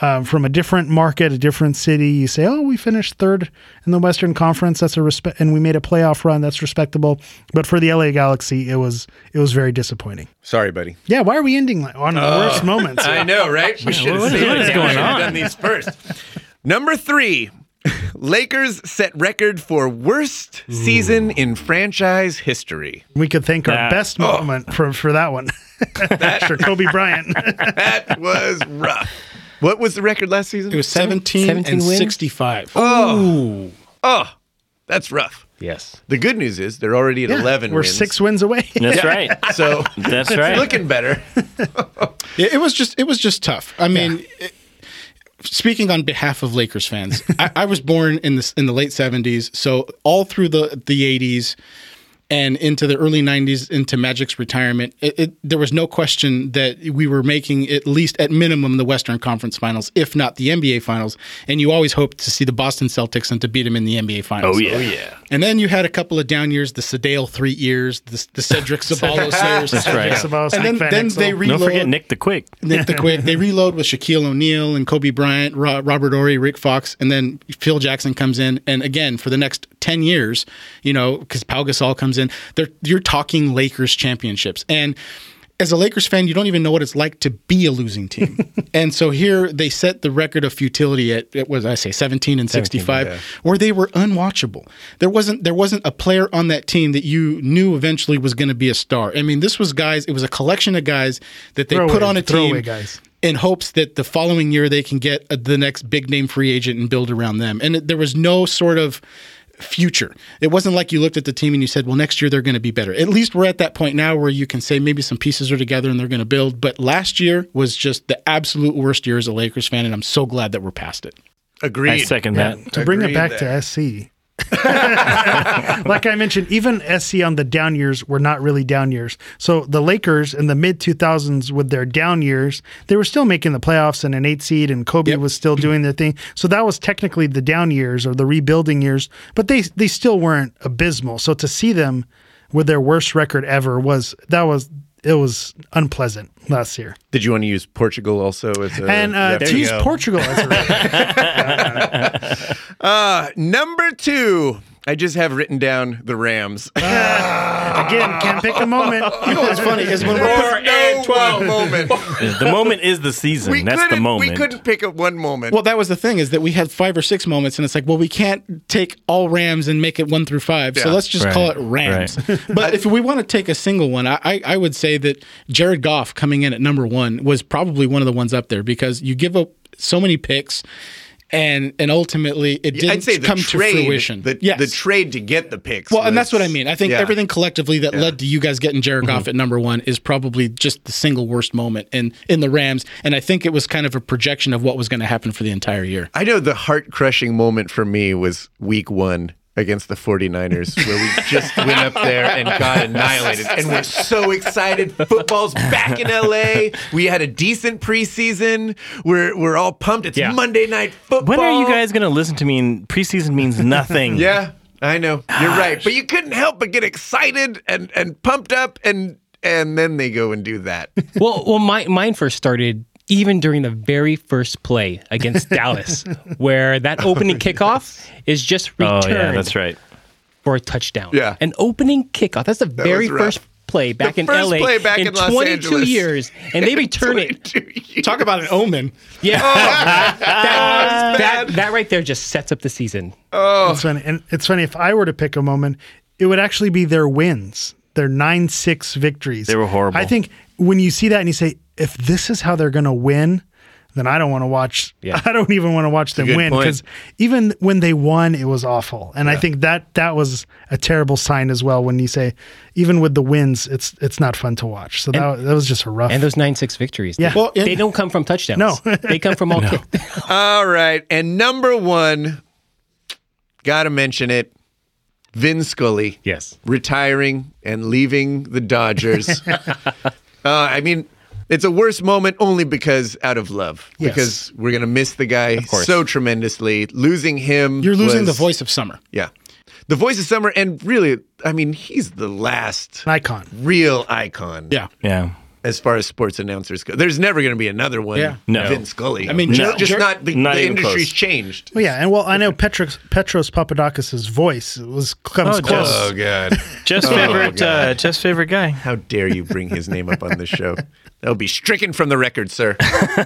S3: um, from a different market, a different city, you say, "Oh, we finished third in the Western Conference. That's a respect, and we made a playoff run. That's respectable." But for the LA Galaxy, it was it was very disappointing.
S1: Sorry, buddy.
S3: Yeah, why are we ending like, on the
S2: Oh.
S3: worst moments?
S1: I know, right? We should have
S2: what is-
S1: saved
S2: what is
S1: it. We
S2: going
S1: should have
S2: on?
S1: Done these first. Number three. Lakers set record for worst season in franchise history.
S3: We could thank our
S2: Nah. Oh.
S3: best moment for for that one. for Kobe Bryant.
S1: That was rough. What was the record last season?
S5: It was 17,
S4: 17
S5: and
S4: wins?
S5: 65.
S1: oh, that's rough.
S4: Yes.
S1: The good news is they're already at 11
S3: We're
S1: wins.
S3: six wins away.
S2: That's right.
S1: So
S2: That's
S1: it's
S2: right.
S1: looking better.
S5: Yeah, it was just it was just tough. I mean, it- speaking on behalf of Lakers fans, I, I was born in the in the late seventies, so all through the the eighties and into the early nineties, into Magic's retirement, it, it, there was no question that we were making at least at minimum the Western Conference Finals, if not the NBA Finals. And you always hoped to see the Boston Celtics and to beat them in the NBA Finals.
S2: yeah. Oh,
S1: yeah.
S5: And then you had a couple of down years, the Sedale three years, the, the Cedric Sabalos years.
S2: That's right.
S3: It's about
S5: And then,
S3: Stan
S5: then
S3: Fenixel.
S5: they reload.
S2: Don't forget Nick the Quick.
S5: Nick the Quick. They reload with Shaquille O'Neal and Kobe Bryant, Ro- Robert Ory, Rick Fox, and then Phil Jackson comes in. And again, for the next 10 years, you know, because Pau Gasol comes in, they're, you're talking Lakers championships. And as a Lakers fan, you don't even know what it's like to be a losing team. and so here they set the record of futility at, at what did I say, 17 and 65, where they were unwatchable. There wasn't there wasn't a player on that team that you knew eventually was going to be a star. I mean, this was guys, it was a collection of guys that they
S3: Throwaway-
S5: put on a team
S3: throwaway guys.
S5: in hopes that the following year they can get uh, the next big name free agent and build around them. And it- there was no sort of future. It wasn't like you looked at the team and you said, "Well, next year they're going to be better." At least we're at that point now where you can say maybe some pieces are together and they're going to build. But last year was just the absolute worst year as a Lakers fan, and I'm so glad that we're past it.
S1: Agreed.
S2: I second that.
S3: to bring it
S1: Agreed
S3: back
S1: there.
S3: to SC. like I mentioned, even SC on the down years were not really down years. So the Lakers in the mid 2000s with their down years, they were still making the playoffs and an eight seed, and Kobe was still doing their thing. So that was technically the down years or the rebuilding years, but they they still weren't abysmal. So to see them with their worst record ever was that was it was unpleasant last year.
S1: Did you want to use Portugal also as a
S3: And uh,
S1: reference?
S3: to use Portugal as a record.
S1: Uh, Number two, I just have written down the Rams.
S3: again, can't pick a moment.
S5: What's funny is when
S1: There
S5: we're
S1: was no one moment.
S2: The moment is the season.
S1: We
S2: That's the
S1: couldn't.
S2: moment.
S1: We couldn't pick up one moment.
S5: well, that was the thing is that we had five or six moments, and it's like, well, we can't take all Rams and make it one through five, so
S1: Yeah.
S5: let's just
S2: Right.
S5: call it Rams. but if we want to take a single one, I, I, I would say that Jared Goff coming in at number one was probably one of the ones up there because you give up so many picks, and and ultimately it didn't
S1: I'd say the
S5: come
S1: trade,
S5: to fruition.
S1: The,
S5: Yes.
S1: the trade to get the picks.
S5: Well,
S1: was-
S5: and that's what I mean. I think
S1: yeah.
S5: everything collectively that led to you guys getting Jared
S2: Mm-hmm.
S5: Goff at number one is probably just the single worst moment in in the Rams, and I think it was kind of a projection of what was going to happen for the entire year.
S1: I know the heart crushing moment for me was week one against the 49ers where we just went up there and got annihilated. And we're so excited. Football's back in LA. We had a decent preseason. We're we're all pumped. It's
S4: Yeah.
S1: Monday night football.
S2: When are you guys going to listen to me? And preseason means nothing.
S1: Yeah, I know. You're right. But you couldn't help but get excited and and pumped up and and then they go and do that.
S4: well, well, my, mine first started even during the very first play against Dallas, where that opening kickoff is just
S2: Oh
S4: returned
S2: yeah, that's right.
S4: for a touchdown.
S1: Yeah.
S4: an opening kickoff. That's the very
S1: rough.
S4: first play back in
S1: first
S4: LA
S1: play back in Los
S4: 22
S1: Angeles.
S4: years, and they return it.
S5: Talk about an omen.
S4: Yeah, that,
S1: bad.
S4: that that right there just sets up the season.
S3: It's funny. And it's funny if I were to pick a moment, it would actually be their wins, their nine six victories. They
S2: were horrible.
S3: I think when you see that and you say, if this is how they're going to win, then I don't want to watch. I don't even want to watch them
S1: good
S3: win
S1: point.
S3: because even when they won, it was awful. And I think that that was a terrible sign as well. When you say, even with the wins, it's it's not fun to watch. So that, that was just a rough.
S4: And those nine six victories,
S3: Yeah.
S4: they,
S3: Well,
S5: and-
S4: they don't come from touchdowns.
S3: No.
S4: they come from all. kick-
S1: All right. And number 1 got to mention it. Vin Scully.
S4: Yes.
S1: retiring and leaving the Dodgers. uh, I mean, it's a worse moment only because out of love,
S3: Yes.
S1: because we're gonna miss the guy
S2: course.
S1: so tremendously. Losing him,
S5: You're losing
S1: was-
S5: the voice of summer.
S1: Yeah, the voice of summer, and really, I mean, he's the last
S3: an icon.
S1: real icon.
S5: Yeah.
S2: Yeah.
S1: as far as sports announcers go, there's never gonna be another one.
S5: Yeah.
S2: No.
S1: Vin Scully.
S5: I mean,
S1: just,
S5: Jer-
S1: just
S5: Jer-
S1: not the,
S2: Not
S1: the
S2: even
S1: industry's
S2: close.
S1: changed.
S3: Well, yeah, and well, I know Petros Petros Papadakis's voice was comes
S2: Oh,
S3: close.
S2: just-
S1: Oh God.
S2: Jeff's
S1: Oh,
S2: favorite.
S1: God.
S2: Uh, Jeff's favorite guy.
S1: How dare you bring his name up on this show? That'll be stricken from the record, sir.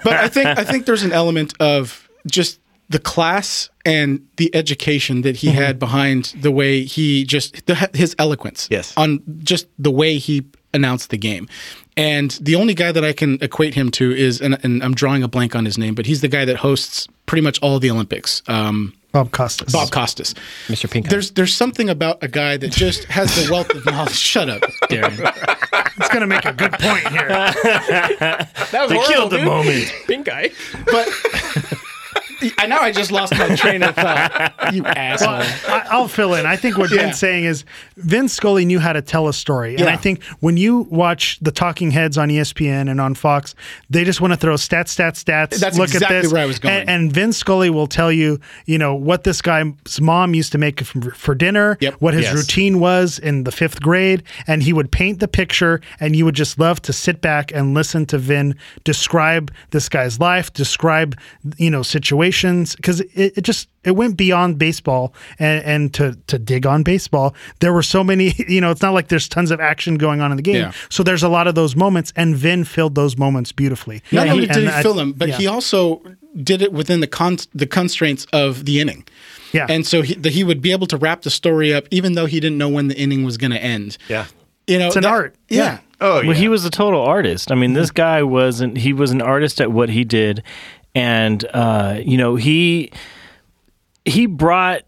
S5: but I think I think there's an element of just the class and the education that he had
S1: Mm-hmm.
S5: behind the way he just the, his eloquence.
S1: Yes.
S5: on just the way he announced the game. And the only guy that I can equate him to is, and, and I'm drawing a blank on his name, but he's the guy that hosts pretty much all the Olympics. Um,
S3: Bob Costas.
S5: Bob Costas,
S4: Mr. Pink Eye.
S5: There's there's something about a guy that just has the wealth of knowledge. Shut up, Darren.
S3: It's going to make a good point here.
S5: That was
S2: They killed the moment.
S4: Pink guy.
S5: But I now I just lost my train of thought. You asshole.
S3: I, I'll fill in. I think what
S5: Yeah.
S3: Ben's saying is Vin Scully knew how to tell a story. And
S5: Yeah.
S3: I think when you watch the talking heads on E ESPN and on Fox, they just want to throw stats, stats, stats.
S5: That's
S3: look
S5: exactly
S3: at this.
S5: where I was going.
S3: And, and Vin Scully will tell you, you know, what this guy's mom used to make for, for dinner,
S5: Yep.
S3: what his
S5: Yes.
S3: routine was in the fifth grade. And he would paint the picture, and you would just love to sit back and listen to Vin describe this guy's life, describe, you know, situations. Cause it, it just, it went beyond baseball and, and to, to dig on baseball. There were so many, you know, it's not like there's tons of action going on in the game.
S5: Yeah.
S3: So there's a lot of those moments, and Vin filled those moments beautifully.
S5: Not
S3: And
S5: only did he
S3: and I-
S5: fill them, but
S3: yeah.
S5: he also did it within the con- the constraints of the inning.
S3: Yeah.
S5: And so he, that he would be able to wrap the story up, even though he didn't know when the inning was going to end.
S1: Yeah.
S5: You know, it's
S3: an art.
S5: Yeah.
S3: Yeah.
S1: Oh, yeah. Mm-hmm.
S2: Well, he was a total artist. I mean, this guy wasn't. He was an artist at what he did, and uh, you know he he brought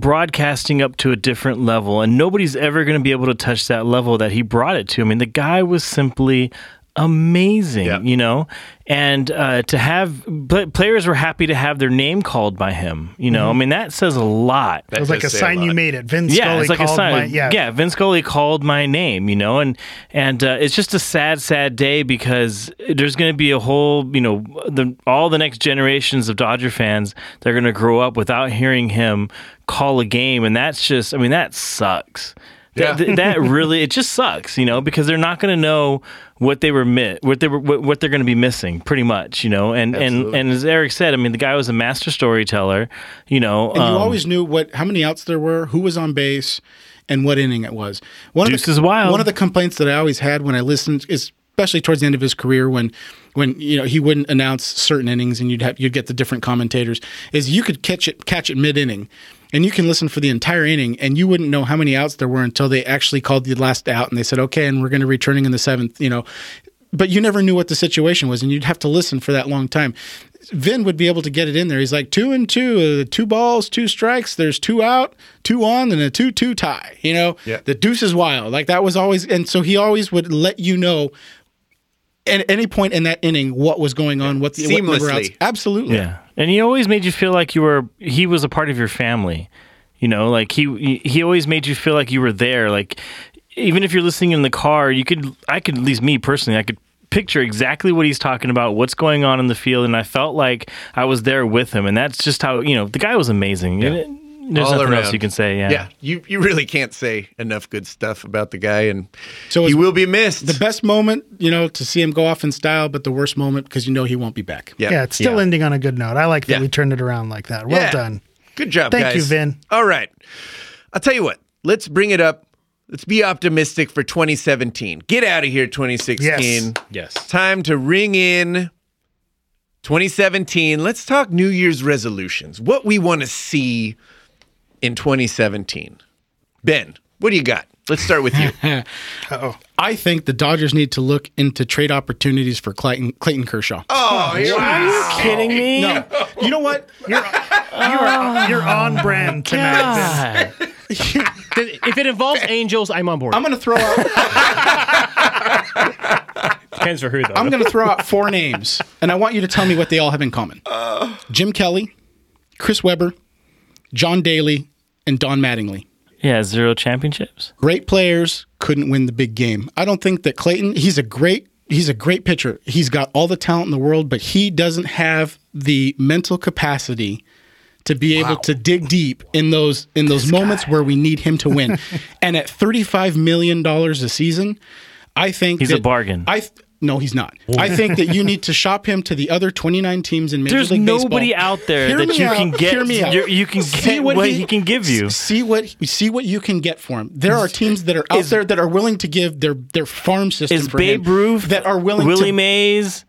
S2: broadcasting up to a different level, and nobody's ever going to be able to touch that level that he brought it to. I mean, the guy was simply amazing,
S1: Yeah.
S2: you know, and uh, to have pl- players were happy to have their name called by him. You
S1: Mm-hmm.
S2: know, I mean, that says a lot.
S1: That
S3: It was like a
S1: does say
S3: sign you
S1: lot.
S3: made it. Vin
S2: Yeah,
S3: Scully
S2: it's like a
S3: called
S2: sign.
S3: my
S2: yeah.
S3: yeah.
S2: Vince Scully called my name, you know, and and uh, it's just a sad, sad day because there's going to be a whole, you know, the all the next generations of Dodger fans they're going to grow up without hearing him call a game, and that's just, I mean, that sucks.
S1: Yeah.
S2: That, th- that really it just sucks, you know, because they're not going to know what they were mi- what they were what, what they're going to be missing, pretty much, you know. And and and as Eric said, I mean, the guy was a master storyteller, you know.
S5: And you
S2: um,
S5: always knew what how many outs there were, who was on base, and what inning it was. One
S2: Deuce is wild.
S5: One of the complaints that I always had when I listened, especially towards the end of his career, when when you know he wouldn't announce certain innings, and you'd have you'd get the different commentators, is you could catch it catch it mid inning, and you can listen for the entire inning, and you wouldn't know how many outs there were until they actually called the last out, and they said, okay, and we're going to returning in the seventh, you know. But you never knew what the situation was, and you'd have to listen for that long time. Vin would be able to get it in there. He's like two and two, uh, two balls, two strikes. There's two out, two on, and a two-two tie. You know,
S1: Yeah.
S5: the deuce is wild. Like that was always, and so he always would let you know at any point in that inning what was going on, what the what number
S1: Seamlessly.
S5: outs. Absolutely.
S2: Yeah. And he always made you feel like you were he was a part of your family. You know, like he he always made you feel like you were there. Like even if you're listening in the car, you could I could at least me personally I could picture exactly what he's talking about, what's going on in the field, and I felt like I was there with him. And that's just how you know the guy was amazing. And There's
S1: All
S2: nothing
S1: around.
S2: else you can say. Yeah.
S1: Yeah, you you really can't say enough good stuff about the guy, and
S5: So
S1: he
S5: it's-
S1: will be missed.
S5: The best moment, you know, to see him go off in style, but the worst moment because you know he won't be back.
S1: yeah,
S3: Yeah, it's still ending on a good note. I like that
S1: Yeah.
S3: we turned it around like that. Well
S1: Yeah.
S3: done.
S1: Good job,
S3: Thank
S1: guys.
S3: you, Vin.
S1: All right, I'll tell you what. Let's bring it up. Let's be optimistic for 2017. Get out of here, 2016.
S3: Yes.
S5: Yes.
S1: Time to ring in 2017. Let's talk New Year's resolutions. What we want to see in 2017. Ben, what do you got? Let's start with you.
S5: I think the Dodgers need to look into trade opportunities for Clayton, Clayton Kershaw.
S1: oh, here we
S2: Are you kidding me?
S5: No, you know what?
S3: You're, you're on brand tonight. Vin.
S2: God.
S4: If it involves angels, I'm on board.
S5: I'm gonna throw out.
S4: Depends for who though.
S5: I'm gonna throw out four names, and I want you to tell me what they all have in common:
S1: Uh.
S5: Jim Kelly, Chris Webber, John Daly, and Don Mattingly.
S2: Yeah, zero championships.
S5: great players couldn't win the big game. I don't think that Clayton, he's a great he's a great pitcher. He's got all the talent in the world, but he doesn't have the mental capacity to be able to dig deep in those in those moments where we need him to win. and at 35 million dollars a season, I think
S2: He's a
S5: that,
S2: bargain.
S5: I th- no, he's not. I think that you need to shop him to the other 29 teams in Major
S2: There's
S5: League
S2: nobody
S5: Baseball.
S2: out there
S5: Hear
S2: that
S5: me
S2: you
S5: out.
S2: can get-
S5: Hear me out.
S2: you- you can get what he can give you.
S5: s- See what see what you can get for him. There are teams that are out there that are willing to give their their farm system
S2: Is
S5: for
S2: Babe
S5: him
S2: Ruth
S5: that are willing
S2: Willie
S5: to.
S2: Mays,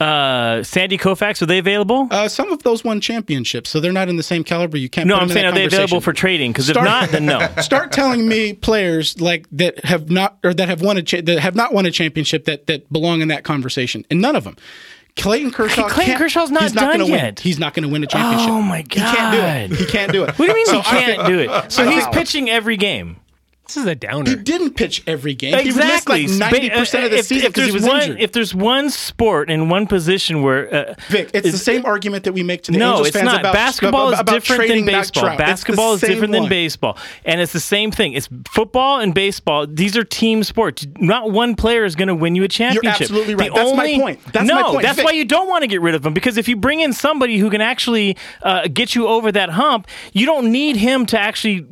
S2: uh, Sandy Koufax are they available?
S5: uh, some of those won championships, so they're not in the same caliber. You can't.
S2: no,
S5: put
S2: I'm
S5: them
S2: saying
S5: in
S2: are
S5: that
S2: they available for
S5: conversation.
S2: trading? Because if
S5: Start-
S2: not, then no.
S5: Start telling me players like that have not or that have won a cha- that have not won a championship that that belong in that conversation, and none of them. Clayton Kershaw.
S2: Clayton
S5: can't-
S2: Kershaw's not
S5: he's not
S2: done
S5: gonna win.
S2: yet.
S5: He's not going to win a championship.
S2: Oh my
S5: He can't do
S2: God.
S5: it. He can't do it.
S2: What do you mean
S5: So
S2: he
S5: I
S2: can't do it? So he's pitching every game.
S4: this is a downer.
S5: He didn't pitch every game.
S2: Exactly. uh,
S5: He missed like ninety percent of the
S2: if,
S5: season
S2: if there's
S5: because he was
S2: one,
S5: injured.
S2: If there's one sport and one position where uh,
S5: Vic, it's, the same argument that we make to the
S2: no,
S5: Angels
S2: it's
S5: fans
S2: not.
S5: about
S2: basketball
S5: about,
S2: is different
S5: trading
S2: than
S5: Matt
S2: baseball.
S5: Trout. It's the
S2: Basketball is
S5: same
S2: different than
S5: one.
S2: baseball, and it's the same thing. It's football and baseball. These are team sports. Not one player is going to win you a championship.
S5: absolutely
S2: The
S5: right. That's my
S2: only-
S5: point. That's
S2: no,
S5: my point.
S2: that's
S5: Vic-
S2: why you don't want to get rid of him because if you bring in somebody who can actually uh, get you over that hump, you don't need him to actually.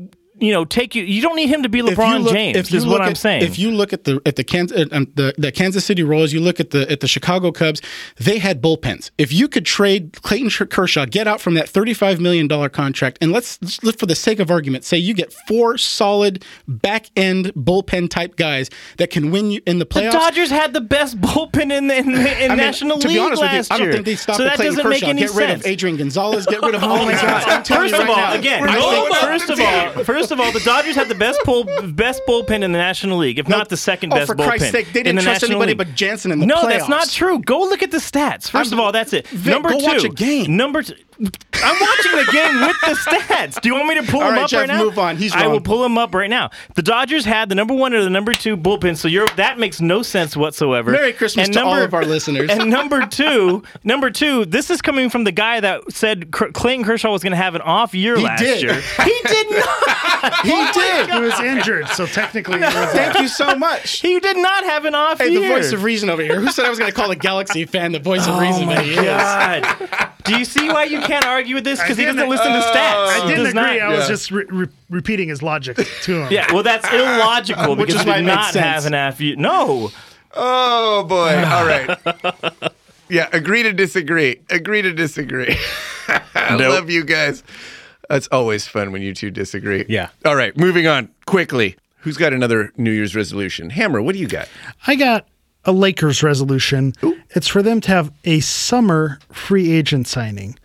S2: You know, take you. You don't need him to be
S5: If you
S2: LeBron
S5: look-
S2: James.
S5: if you
S2: Is what
S5: look
S2: I'm
S5: at-
S2: saying.
S5: If you look at the at the Kansas um, the, the Kansas City Royals, you look at the at the Chicago Cubs, they had bullpens. If you could trade Clayton Sh- Kershaw, get out from that thirty-five million dollar contract, and let's, let for the sake of argument say you get four solid back end bullpen type guys that can win you in the
S2: The
S5: playoffs.
S2: Dodgers had the best bullpen in the in, the, in
S5: I mean,
S2: National
S5: to
S2: League
S5: be honest with you,
S2: last
S5: I don't
S2: year.
S5: think they stopped
S2: so that
S5: at Clayton
S2: doesn't
S5: Kershaw.
S2: make any
S5: get
S2: sense.
S5: rid of Adrian Gonzalez. Get rid of all these guys. Oh I'm
S2: Oh
S5: telling
S2: First
S5: you
S2: of
S5: right
S2: all,
S5: now,
S2: again,
S5: I
S2: no,
S5: think-
S2: first of all, first of all, the Dodgers had the best pull, best bullpen in the National League, if not the second
S5: Oh,
S2: best
S5: for
S2: bullpen.
S5: Christ's sake, they
S2: in
S5: didn't
S2: the
S5: trust
S2: National
S5: anybody
S2: League.
S5: but Jansen in the
S2: no, that's
S5: playoffs.
S2: not true. Go look at the stats. 1st of
S5: I'm-
S2: all, that's it.
S5: Vic,
S2: Number
S5: go
S2: two,
S5: watch a game.
S2: number. T- I'm watching the game with the stats. Do you want me to pull
S5: All
S2: them
S5: right,
S2: up
S5: Jeff,
S2: right now?
S5: move on. He's
S2: I will
S5: wrong.
S2: pull them up right now. The Dodgers had the number one or the number two bullpen, so you're that makes no sense whatsoever.
S5: Merry Christmas to all of our listeners.
S2: And number two, number two, this is coming from the guy that said Cr- Clayton Kershaw was going to have an off year
S5: He
S2: last
S5: did.
S2: year. He did not.
S5: He did.
S3: He was injured, so technically it was
S5: Thank you so much.
S2: He did not have an off
S5: Hey,
S2: year.
S5: the voice of reason over here. Who said I was going to call a Galaxy fan the voice of reason? but he is.
S2: God. Do you see why you can't argue with this? Because he doesn't
S3: didn't-
S2: listen
S5: Oh.
S2: to stats.
S3: I
S2: He
S3: didn't
S2: does
S3: agree.
S2: not.
S3: I was just re- re- repeating his logic to him.
S2: Yeah, well, that's illogical
S5: Which
S2: because
S5: is
S2: we
S5: why
S2: did
S5: it makes
S2: not
S5: sense.
S2: have an half year. No,
S1: Oh boy! All right. Yeah, agree to disagree. Agree to disagree. I love you guys. It's always fun when you two disagree.
S4: Yeah.
S1: All right, moving on quickly. Who's got another New Year's resolution? Hammer, what do you got?
S3: I got a Lakers resolution. It's for them to have a summer free agent signing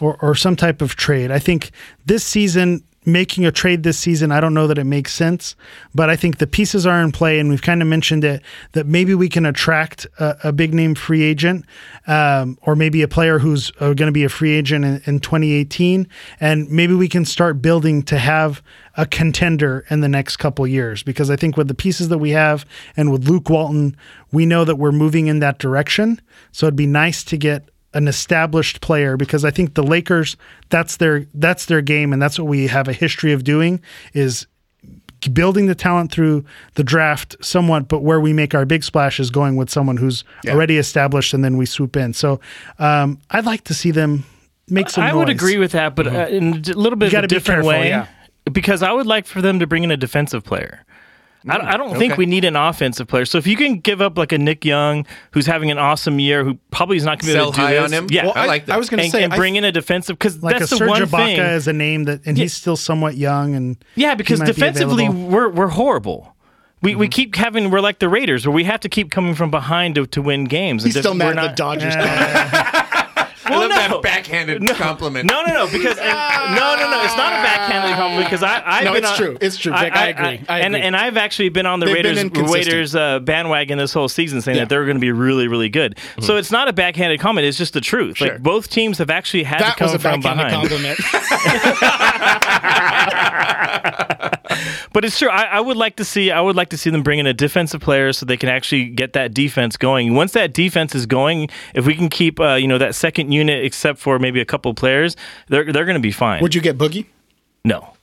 S3: or, or some type of trade. I think this season, making a trade this season, I don't know that it makes sense, but I think the pieces are in play, and we've kind of mentioned it that maybe we can attract a, a big name free agent um, or maybe a player who's uh, going to be a free agent in, in 2018, and maybe we can start building to have a contender in the next couple years because I think with the pieces that we have and with Luke Walton, we know that we're moving in that direction. So it'd be nice to get an established player because I think the Lakers that's their that's their game and that's what we have a history of doing is building the talent through the draft somewhat, but where we make our big splash is going with someone who's already established and then we swoop in. So um, I'd like to see them make some.
S2: I would
S3: noise. Mm-hmm.
S2: agree with that, but uh, in a d- little bit of
S3: gotta
S2: a
S3: be
S2: different
S3: careful,
S2: way.
S3: yeah.
S2: Because I would like for them to bring in a defensive player. I, I don't think
S1: okay.
S2: we need an offensive player. So if you can give up like a Nick Young who's having an awesome year, who probably is not going to be
S1: Sell
S2: able to do
S1: high
S2: this,
S1: on him.
S2: yeah,
S1: Well, I like that.
S5: I was going to
S2: and,
S5: say
S2: and
S5: I-
S2: bring in a defensive because
S3: Like
S2: that's
S3: a
S2: the
S3: Serge
S2: one
S3: Ibaka
S2: thing.
S3: is a name that, and he's still somewhat young, and
S2: yeah,
S3: he
S2: because
S3: might be
S2: defensively
S3: available. Mm-hmm.
S2: we're we're horrible. We, we keep having we're like the Raiders where we have to keep coming from behind to, to win games.
S5: he's
S2: And
S5: still
S2: def-
S5: mad
S2: we're
S5: at the
S2: not-
S5: Dodgers.
S1: I love
S2: no.
S1: that backhanded compliment.
S2: No, no, no, because and, no, no, no, it's not a backhanded compliment because I, I've
S5: Ah. No,
S2: been
S5: it's
S2: on-
S5: true. It's true, Vic. I agree. I
S2: and
S5: agree.
S2: and I've actually been on the
S5: They've been
S2: Raiders
S5: inconsistent.
S2: Raiders uh, bandwagon this whole season, saying
S5: Yeah. Mm-hmm.
S2: that they're going to be really, really good. So it's not a backhanded comment. It's just the truth.
S5: Sure.
S2: Like both teams have actually had to
S5: that
S2: come
S5: was a
S2: from
S5: backhanded
S2: behind.
S5: compliment.
S2: But it's true. I, I would like to see. I would like to see them bring in a defensive player so they can actually get that defense going. Once that defense is going, if we can keep uh, you know that second unit, except for maybe a couple of players, they're they're going to be fine.
S5: Would you get Boogie?
S2: no,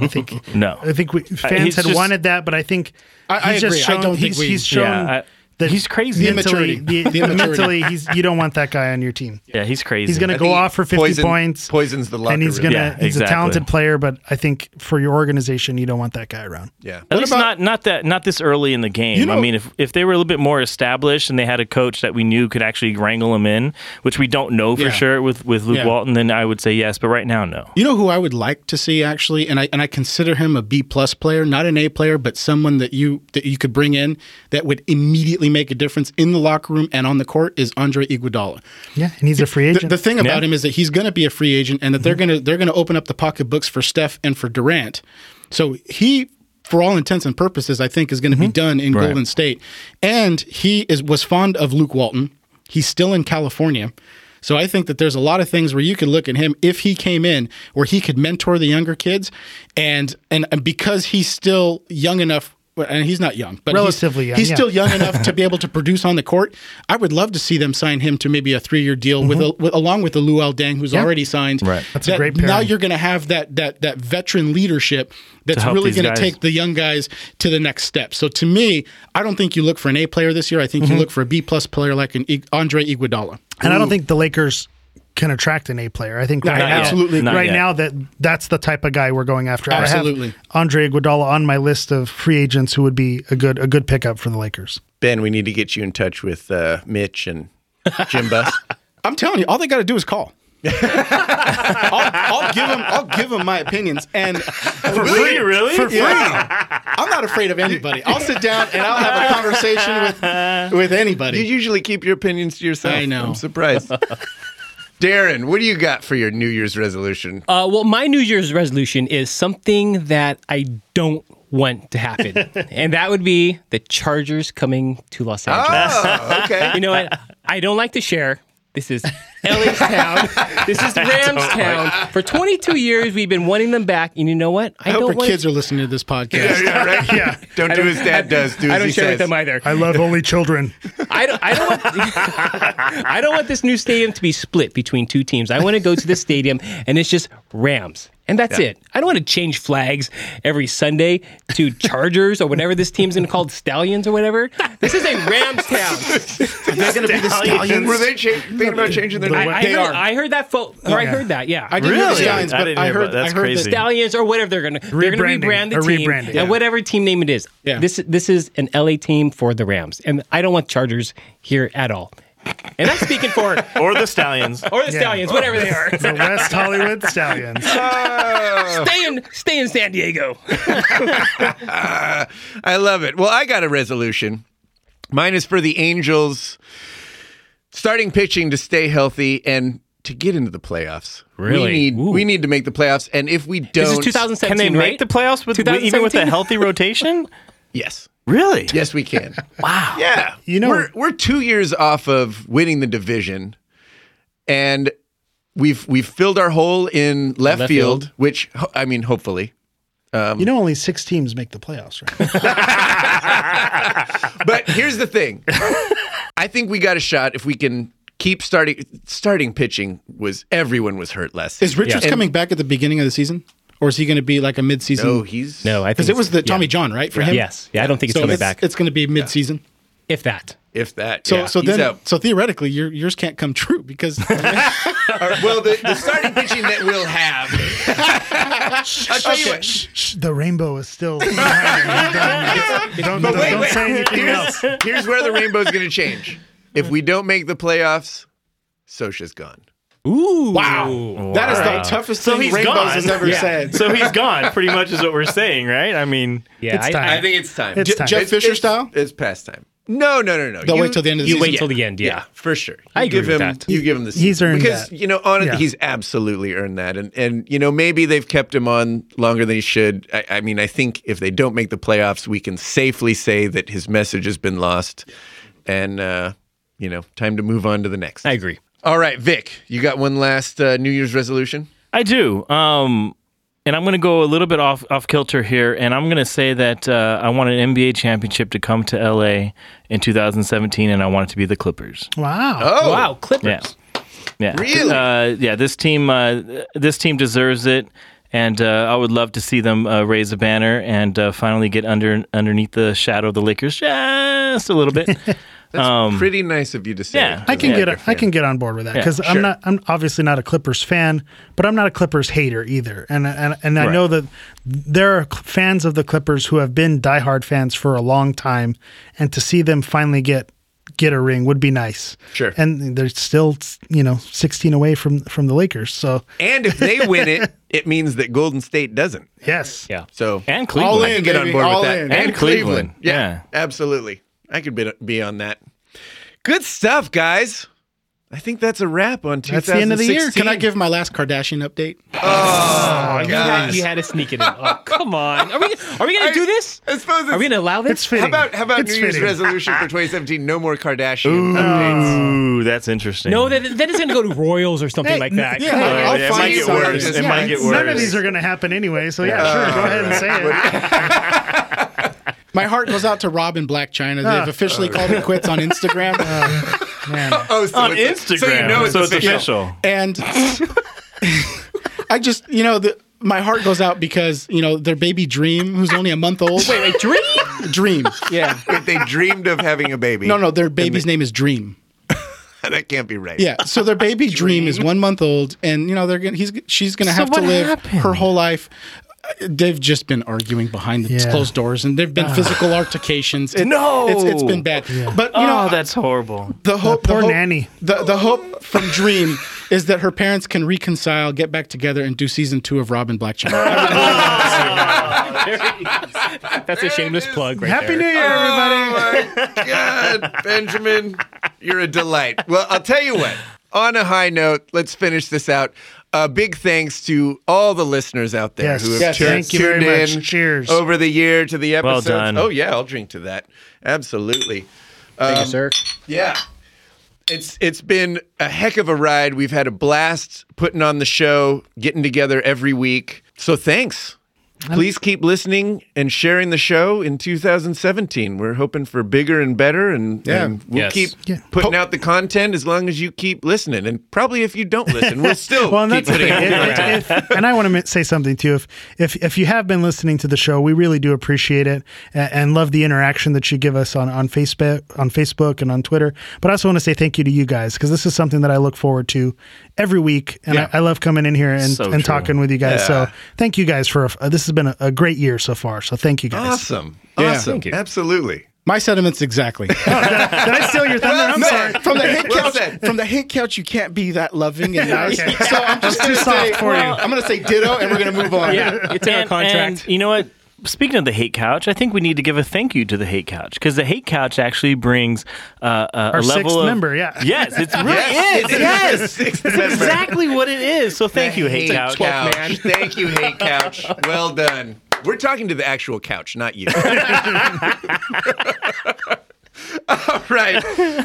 S3: I think
S2: no.
S3: I think we, fans
S2: he's
S3: had
S2: just-
S3: wanted that, but I think
S5: Uh, I- I
S3: he's just
S5: agree. I
S3: shown
S5: don't think
S3: he's,
S5: we-
S3: he's shown
S2: Yeah, I-
S3: that
S2: he's crazy. The
S3: Mentally,
S5: immaturity.
S3: the-
S5: The immaturity.
S3: mentally, he's you don't want that guy on your team.
S2: yeah, he's crazy.
S3: He's going to go
S1: think
S3: off for fifty
S1: poison-
S3: points,
S1: poisons the locker
S3: and he's
S1: room.
S3: gonna
S2: Yeah,
S3: he's a
S2: exactly.
S3: talented player, but I think for your organization, you don't want that guy around.
S1: Yeah.
S2: At least not
S5: about-
S2: not that not this early in the game.
S5: You know-
S2: I mean, if if they were a little bit more established and they had a coach that we knew could actually wrangle them in, which we don't know for
S5: Yeah.
S2: sure with with Luke
S5: Yeah.
S2: Walton, then I would say yes. But right now, no.
S5: You know who I would like to see actually, and I and I consider him a B plus player, not an A player, but someone that you that you could bring in that would immediately make a difference in the locker room and on the court is Andre Iguodala.
S3: Yeah, and he's a free
S5: The,
S3: agent. Mm-hmm.
S5: the thing about
S2: Yeah.
S5: him is that he's going to be a free agent, and that they're going to they're going to open up the pocketbooks for Steph and for Durant. So he, for all intents and purposes, I think is going to
S3: Mm-hmm.
S5: be done in Golden State. And he is was fond of Luke Walton. He's still in California. So I think that there's a lot of things where you could look at him if he came in where he could mentor the younger kids and and, and because he's still young enough and he's not young, but he's-
S3: Relatively young,
S5: He's
S3: yeah.
S5: still young enough to be able to produce on the court. I would love to see them sign him to maybe a three-year deal with, a, with along with the Luau Dang, who's already signed. Right,
S3: That's a great pairing.
S5: Now you're going to have that that that veteran leadership that's
S2: help
S5: really
S2: these
S5: going to
S2: guys.
S5: take the young guys to the next step. So to me, I don't think you look for an A player this year. I think you look for a B plus player like an I- Andre Iguodala.
S3: and I don't think the Lakers can attract an A player. I think right
S5: not
S3: now,
S5: yet. Absolutely.
S2: Not
S3: right
S2: yet.
S3: now that that's the type of guy we're going after. I
S5: Absolutely.
S3: have Andre Iguodala on my list of free agents who would be a good a good pickup for the Lakers.
S1: Ben, we need to get you in touch with uh, Mitch and Jim Buss.
S5: I'm telling you, all they got to do is call. I'll, I'll give them. I'll give them my opinions, and for
S2: Really? Really?
S5: Yeah. I'm not afraid of anybody. I'll sit down and I'll have a conversation with with
S1: you
S5: anybody.
S1: usually keep your opinions to yourself.
S5: I know.
S1: I'm surprised. Darren, what do you got for your New Year's resolution?
S4: Uh, well, my New Year's resolution is something that I don't want to happen, and that would be the Chargers coming to Los Angeles.
S1: oh, okay.
S4: You know what? I don't like to share. This is LA's town. This is Rams town. For 22 years, we've been wanting them back, and you know what?
S5: I
S4: don't
S5: hope our
S4: wanna-
S5: kids are listening to this
S1: yeah,
S5: podcast.
S1: yeah, right? yeah. Don't do as dad does. Do as
S4: I don't
S1: he
S4: share
S1: says.
S4: with them either.
S3: I love only children.
S4: I don't, I don't want I don't want this new stadium to be split between two teams. I want to go to this stadium and it's just Rams. And that's it. I don't want to change flags every Sunday to Chargers or whatever this team's going to call Stallions or whatever. This is a Rams town.
S5: They're going to be the
S1: Were
S5: stallions.
S1: they cha- thinking about changing their
S4: I,
S1: name?
S4: I,
S5: They
S4: heard,
S5: are.
S4: I heard that fo- or I heard that, yeah.
S5: I didn't hear the
S2: Really?
S5: stallions,
S2: I
S5: but
S2: didn't
S5: I
S2: hear
S5: heard.
S2: about- that's
S5: I heard
S2: crazy.
S5: That,
S4: Stallions or whatever they're gonna they're gonna
S3: Rebranding.
S4: rebrand the
S3: A
S4: team
S3: rebranding.
S4: and
S3: Yeah.
S4: whatever team name it is.
S5: Yeah.
S4: This this is an LA team for the Rams, and I don't want Chargers here at all. And I'm speaking for
S2: Or the Stallions.
S4: or the Stallions, whatever they are.
S3: The West Hollywood Stallions.
S4: stay in stay in San Diego.
S1: I love it. Well, I got a resolution. Mine is for the Angels starting pitching to stay healthy and to get into the playoffs. We
S4: Really?
S1: need,
S4: Ooh.
S1: we need to make the playoffs. And if we
S4: This
S1: don't.
S4: is 2017,
S2: Can they make
S4: right?
S2: the playoffs with even with a
S4: 2017?
S2: healthy rotation?
S1: Yes.
S2: Really?
S1: Yes, we can. wow. Yeah.
S3: You know-
S1: we're we're two years off of winning the division, and we've we've filled our hole in left,
S4: Left
S1: field,
S4: field.
S1: which ho- I mean, hopefully.
S3: you know, only six teams make the playoffs, right?
S1: But here's the thing: I think we got a shot if we can keep starting starting pitching was everyone was hurt last
S5: Is
S1: season.
S5: Richards
S4: Yeah.
S5: coming back at the beginning of the season, or is he going to be like a mid-season?
S1: No, Oh, he's
S4: No, I think
S5: because it was the Tommy
S4: yeah.
S5: John right for him.
S4: Yes, yeah, I don't think it's
S5: so
S4: coming
S5: it's,
S4: back.
S5: It's going to be mid-season.
S4: if that.
S1: if that.
S5: So
S1: yeah,
S5: so
S1: he's
S5: then
S1: out.
S5: so theoretically your, yours can't come true because
S1: All right, well, the, the starting pitching that we'll have. I'll tell you what.
S3: Shh, The rainbow is still. don't don't, don't,
S1: Wait, wait.
S3: say anything else.
S1: here's, here's where the rainbow's going to change. If we don't make the playoffs, Sosha's gone.
S4: Ooh.
S5: that is the toughest
S2: So
S5: thing
S2: he's
S5: Rainbows
S2: gone.
S5: has ever
S2: Yeah.
S5: said.
S2: So he's gone. Pretty much is what we're saying, right? I mean,
S4: Yeah,
S3: It's
S4: I-
S3: time.
S4: I-
S1: I think it's time.
S3: It's time.
S5: Jeff
S1: It's-
S5: Fisher
S1: it's-
S5: style?
S1: It's past time. No, no, no, no.
S5: They'll wait till the end of the
S4: you
S5: season.
S4: wait till the end. Yeah.
S1: Yeah, for sure. You
S4: I agree
S1: give
S4: with
S1: him,
S4: that.
S1: You give him the
S3: He's
S1: season.
S3: earned
S1: because
S3: that.
S1: you know on
S3: Yeah.
S1: he's absolutely earned that, and and you know maybe they've kept him on longer than he should. I, I mean, I think if they don't make the playoffs, we can safely say that his message has been lost, and uh, you know, time to move on to the next.
S4: I agree.
S1: All right, Vic, you got one last uh, New Year's resolution.
S2: I do. Um, and I'm going to go a little bit off off kilter here, and I'm going to say that uh, I want an NBA championship to come to LA in 2017, and I want it to be the Clippers.
S3: Wow.
S1: Oh,
S4: Wow, Clippers.
S2: Yeah, yeah,
S1: Really?
S2: Uh, yeah, this team uh, this team deserves it, and uh, I would love to see them uh, raise a banner and uh, finally get under underneath the shadow of the Lakers just a little bit.
S1: that's pretty nice of you to say.
S2: yeah.
S3: I can
S2: Yeah,
S3: get a, I can get on board with that because I'm
S1: sure.
S3: not I'm obviously not a Clippers fan, but I'm not a Clippers hater either. And and, and I know that there are cl- fans of the Clippers who have been diehard fans for a long time, and to see them finally get get a ring would be nice.
S1: Sure.
S3: And they're still you know 16 away from from the Lakers, so
S1: And if they win it, it means that Golden State doesn't.
S3: yes.
S4: Yeah.
S1: So
S2: and Cleveland.
S5: All
S1: I
S5: in.
S1: can get on
S5: baby.
S1: board
S5: All
S1: with that.
S5: in.
S2: And Cleveland.
S1: Yeah,
S2: Yeah.
S1: absolutely. I could be, be on that. Good stuff, guys. I think that's a wrap on 2016.
S3: That's the end of the year.
S5: Can I give my last Kardashian update?
S4: Oh, you, had, you had to sneak it in. Oh, come on. Are we, are we going to do this?
S1: I suppose it's,
S4: Are we going to allow this?
S3: It's fitting.
S1: how about how about
S3: It's
S1: New Year's
S3: fitting.
S1: resolution for 2017? No more Kardashian updates.
S2: Ooh, that's interesting.
S4: No, that, that is going to go to Royals or something
S3: Hey,
S4: like that.
S5: yeah.
S4: Come on.
S5: Hey, I'll
S2: it
S5: find
S2: might get
S5: something.
S2: worse. It
S5: Yeah,
S2: might get
S5: it's-
S2: worse.
S3: None of these are going to happen anyway, so yeah, sure, go ahead and say it.
S5: My heart goes out to Rob and Black China. They've officially called it quits on Instagram.
S3: Man.
S1: Oh, so
S2: on
S1: it's-
S2: Instagram.
S1: So you know it's
S2: so
S1: official.
S2: official.
S5: and I just, you know, the, my heart goes out because, you know, their baby Dream, who's only a month old.
S4: Wait, wait, dream?
S5: Dream.
S4: Yeah.
S1: If they dreamed of having a baby.
S5: No, no, their baby's name is Dream.
S1: that can't be right.
S5: Yeah. So their baby dream is one month old, and you know they're gonna he's she's gonna have to
S2: what
S5: live
S2: happened?
S5: her whole life. Uh, They've just been arguing behind the
S3: Yeah. Ah.
S5: closed doors, and there've been physical altercations. It-
S1: Oh.
S2: No.
S5: it's, it's been bad. But you know,
S2: oh, that's horrible.
S5: the hope,
S3: poor
S5: the hope,
S3: nanny.
S5: The the hope from Dream is that her parents can reconcile, get back together, and do season two of Robin Black China.
S4: That's a shameless plug right
S3: Happy
S4: there.
S3: New Year, everybody.
S1: Oh my God, Benjamin, you're a delight. Well, I'll tell you what. On a high note, let's finish this out. A big thanks to all the listeners out there
S3: Yes.
S1: who have
S3: Yes.
S1: tuned,
S3: Thank you very
S1: tuned in
S3: much. Cheers.
S1: over the year to the
S2: Well
S1: episodes.
S2: done.
S1: Oh yeah, I'll drink to that. Absolutely.
S4: Um,
S5: Thank you, sir.
S1: Yeah. It's it's been a heck of a ride. We've had a blast putting on the show, getting together every week. So thanks. Please keep listening and sharing the show in 2017. We're hoping for bigger and better, and,
S5: Yeah.
S1: and we'll
S4: Yes.
S1: keep
S3: Yeah.
S1: putting out the content as long as you keep listening. And probably if you don't listen, we'll still
S3: Well, and
S1: keep
S3: that's the
S1: putting
S3: thing.
S1: out content.
S3: If- if- if- and I want to say something too. If if if you have been listening to the show, we really do appreciate it and, and love the interaction that you give us on on Facebook, on Facebook, and on Twitter. But I also want to say thank you to you guys because this is something that I look forward to every week, and
S5: Yeah.
S3: I, I love coming in here and,
S2: So
S3: and
S2: true.
S3: talking with you guys. So thank you guys for a, this has been a, a great year so far. So thank you guys.
S1: Awesome.
S5: Yeah.
S1: Awesome.
S5: Thank
S1: Absolutely.
S5: My sentiments exactly.
S3: Did I steal your thunder? I'm
S1: No.
S3: sorry.
S5: from the hate
S1: Well
S5: couch,
S1: said.
S5: from the hate couch, you can't be that loving and nice.
S3: Okay.
S5: So I'm just
S3: Too
S5: gonna
S3: soft
S5: say,
S3: for you.
S5: I'm gonna say ditto, and we're gonna move on.
S4: Yeah, it's in our
S2: And-
S4: contract.
S2: and you know what? Speaking of the hate couch, I think we need to give a thank you to the hate couch because the hate couch actually brings uh, uh, a
S3: Our
S2: level
S3: sixth
S2: of
S3: member, yeah.
S2: Yes, it's really
S1: Yes.
S2: is. Yes, that's exactly what it is. So thank you, hate couch.
S1: Thank you, hate couch. Well done. We're talking to the actual couch, not you. All right.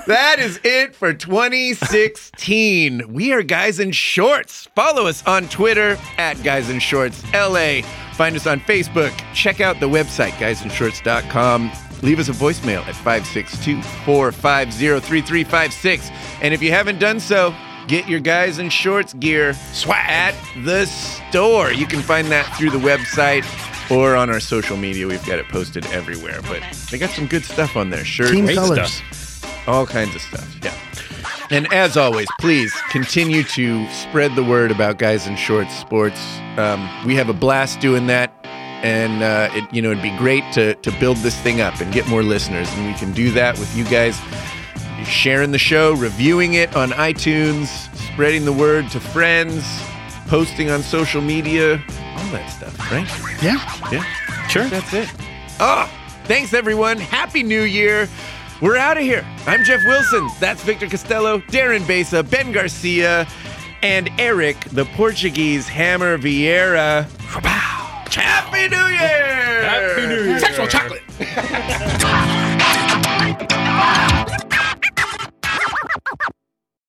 S1: That is it for 2016. We are Guys in Shorts. Follow us on Twitter at Guys in Shorts LA. Find us on Facebook. Check out the website, guysinshorts.com. leave us a voicemail at 562 450 3356. And if you haven't done so, get your guys in shorts gear Swag. at the store. You can find that through the website or on our social media. We've got it posted everywhere. But they got some good stuff on there shirts,
S3: Team
S1: great
S3: colors.
S1: stuff, all kinds of stuff. Yeah. And as always, please continue to spread the word about guys in shorts sports. Um, we have a blast doing that, and uh, it you know it'd be great to to build this thing up and get more listeners, and we can do that with you guys sharing the show, reviewing it on iTunes, spreading the word to friends, posting on social media, all that stuff, right?
S3: Yeah.
S1: Yeah,
S2: Sure.
S1: that's it. Oh, thanks everyone. Happy New Year. We're out of here. I'm Jeff Wilson. That's Victor Costello, Darren Besa, Ben Garcia, and Eric, the Portuguese Hammer Vieira. Happy New Year!
S5: Sexual chocolate.
S6: Thank you.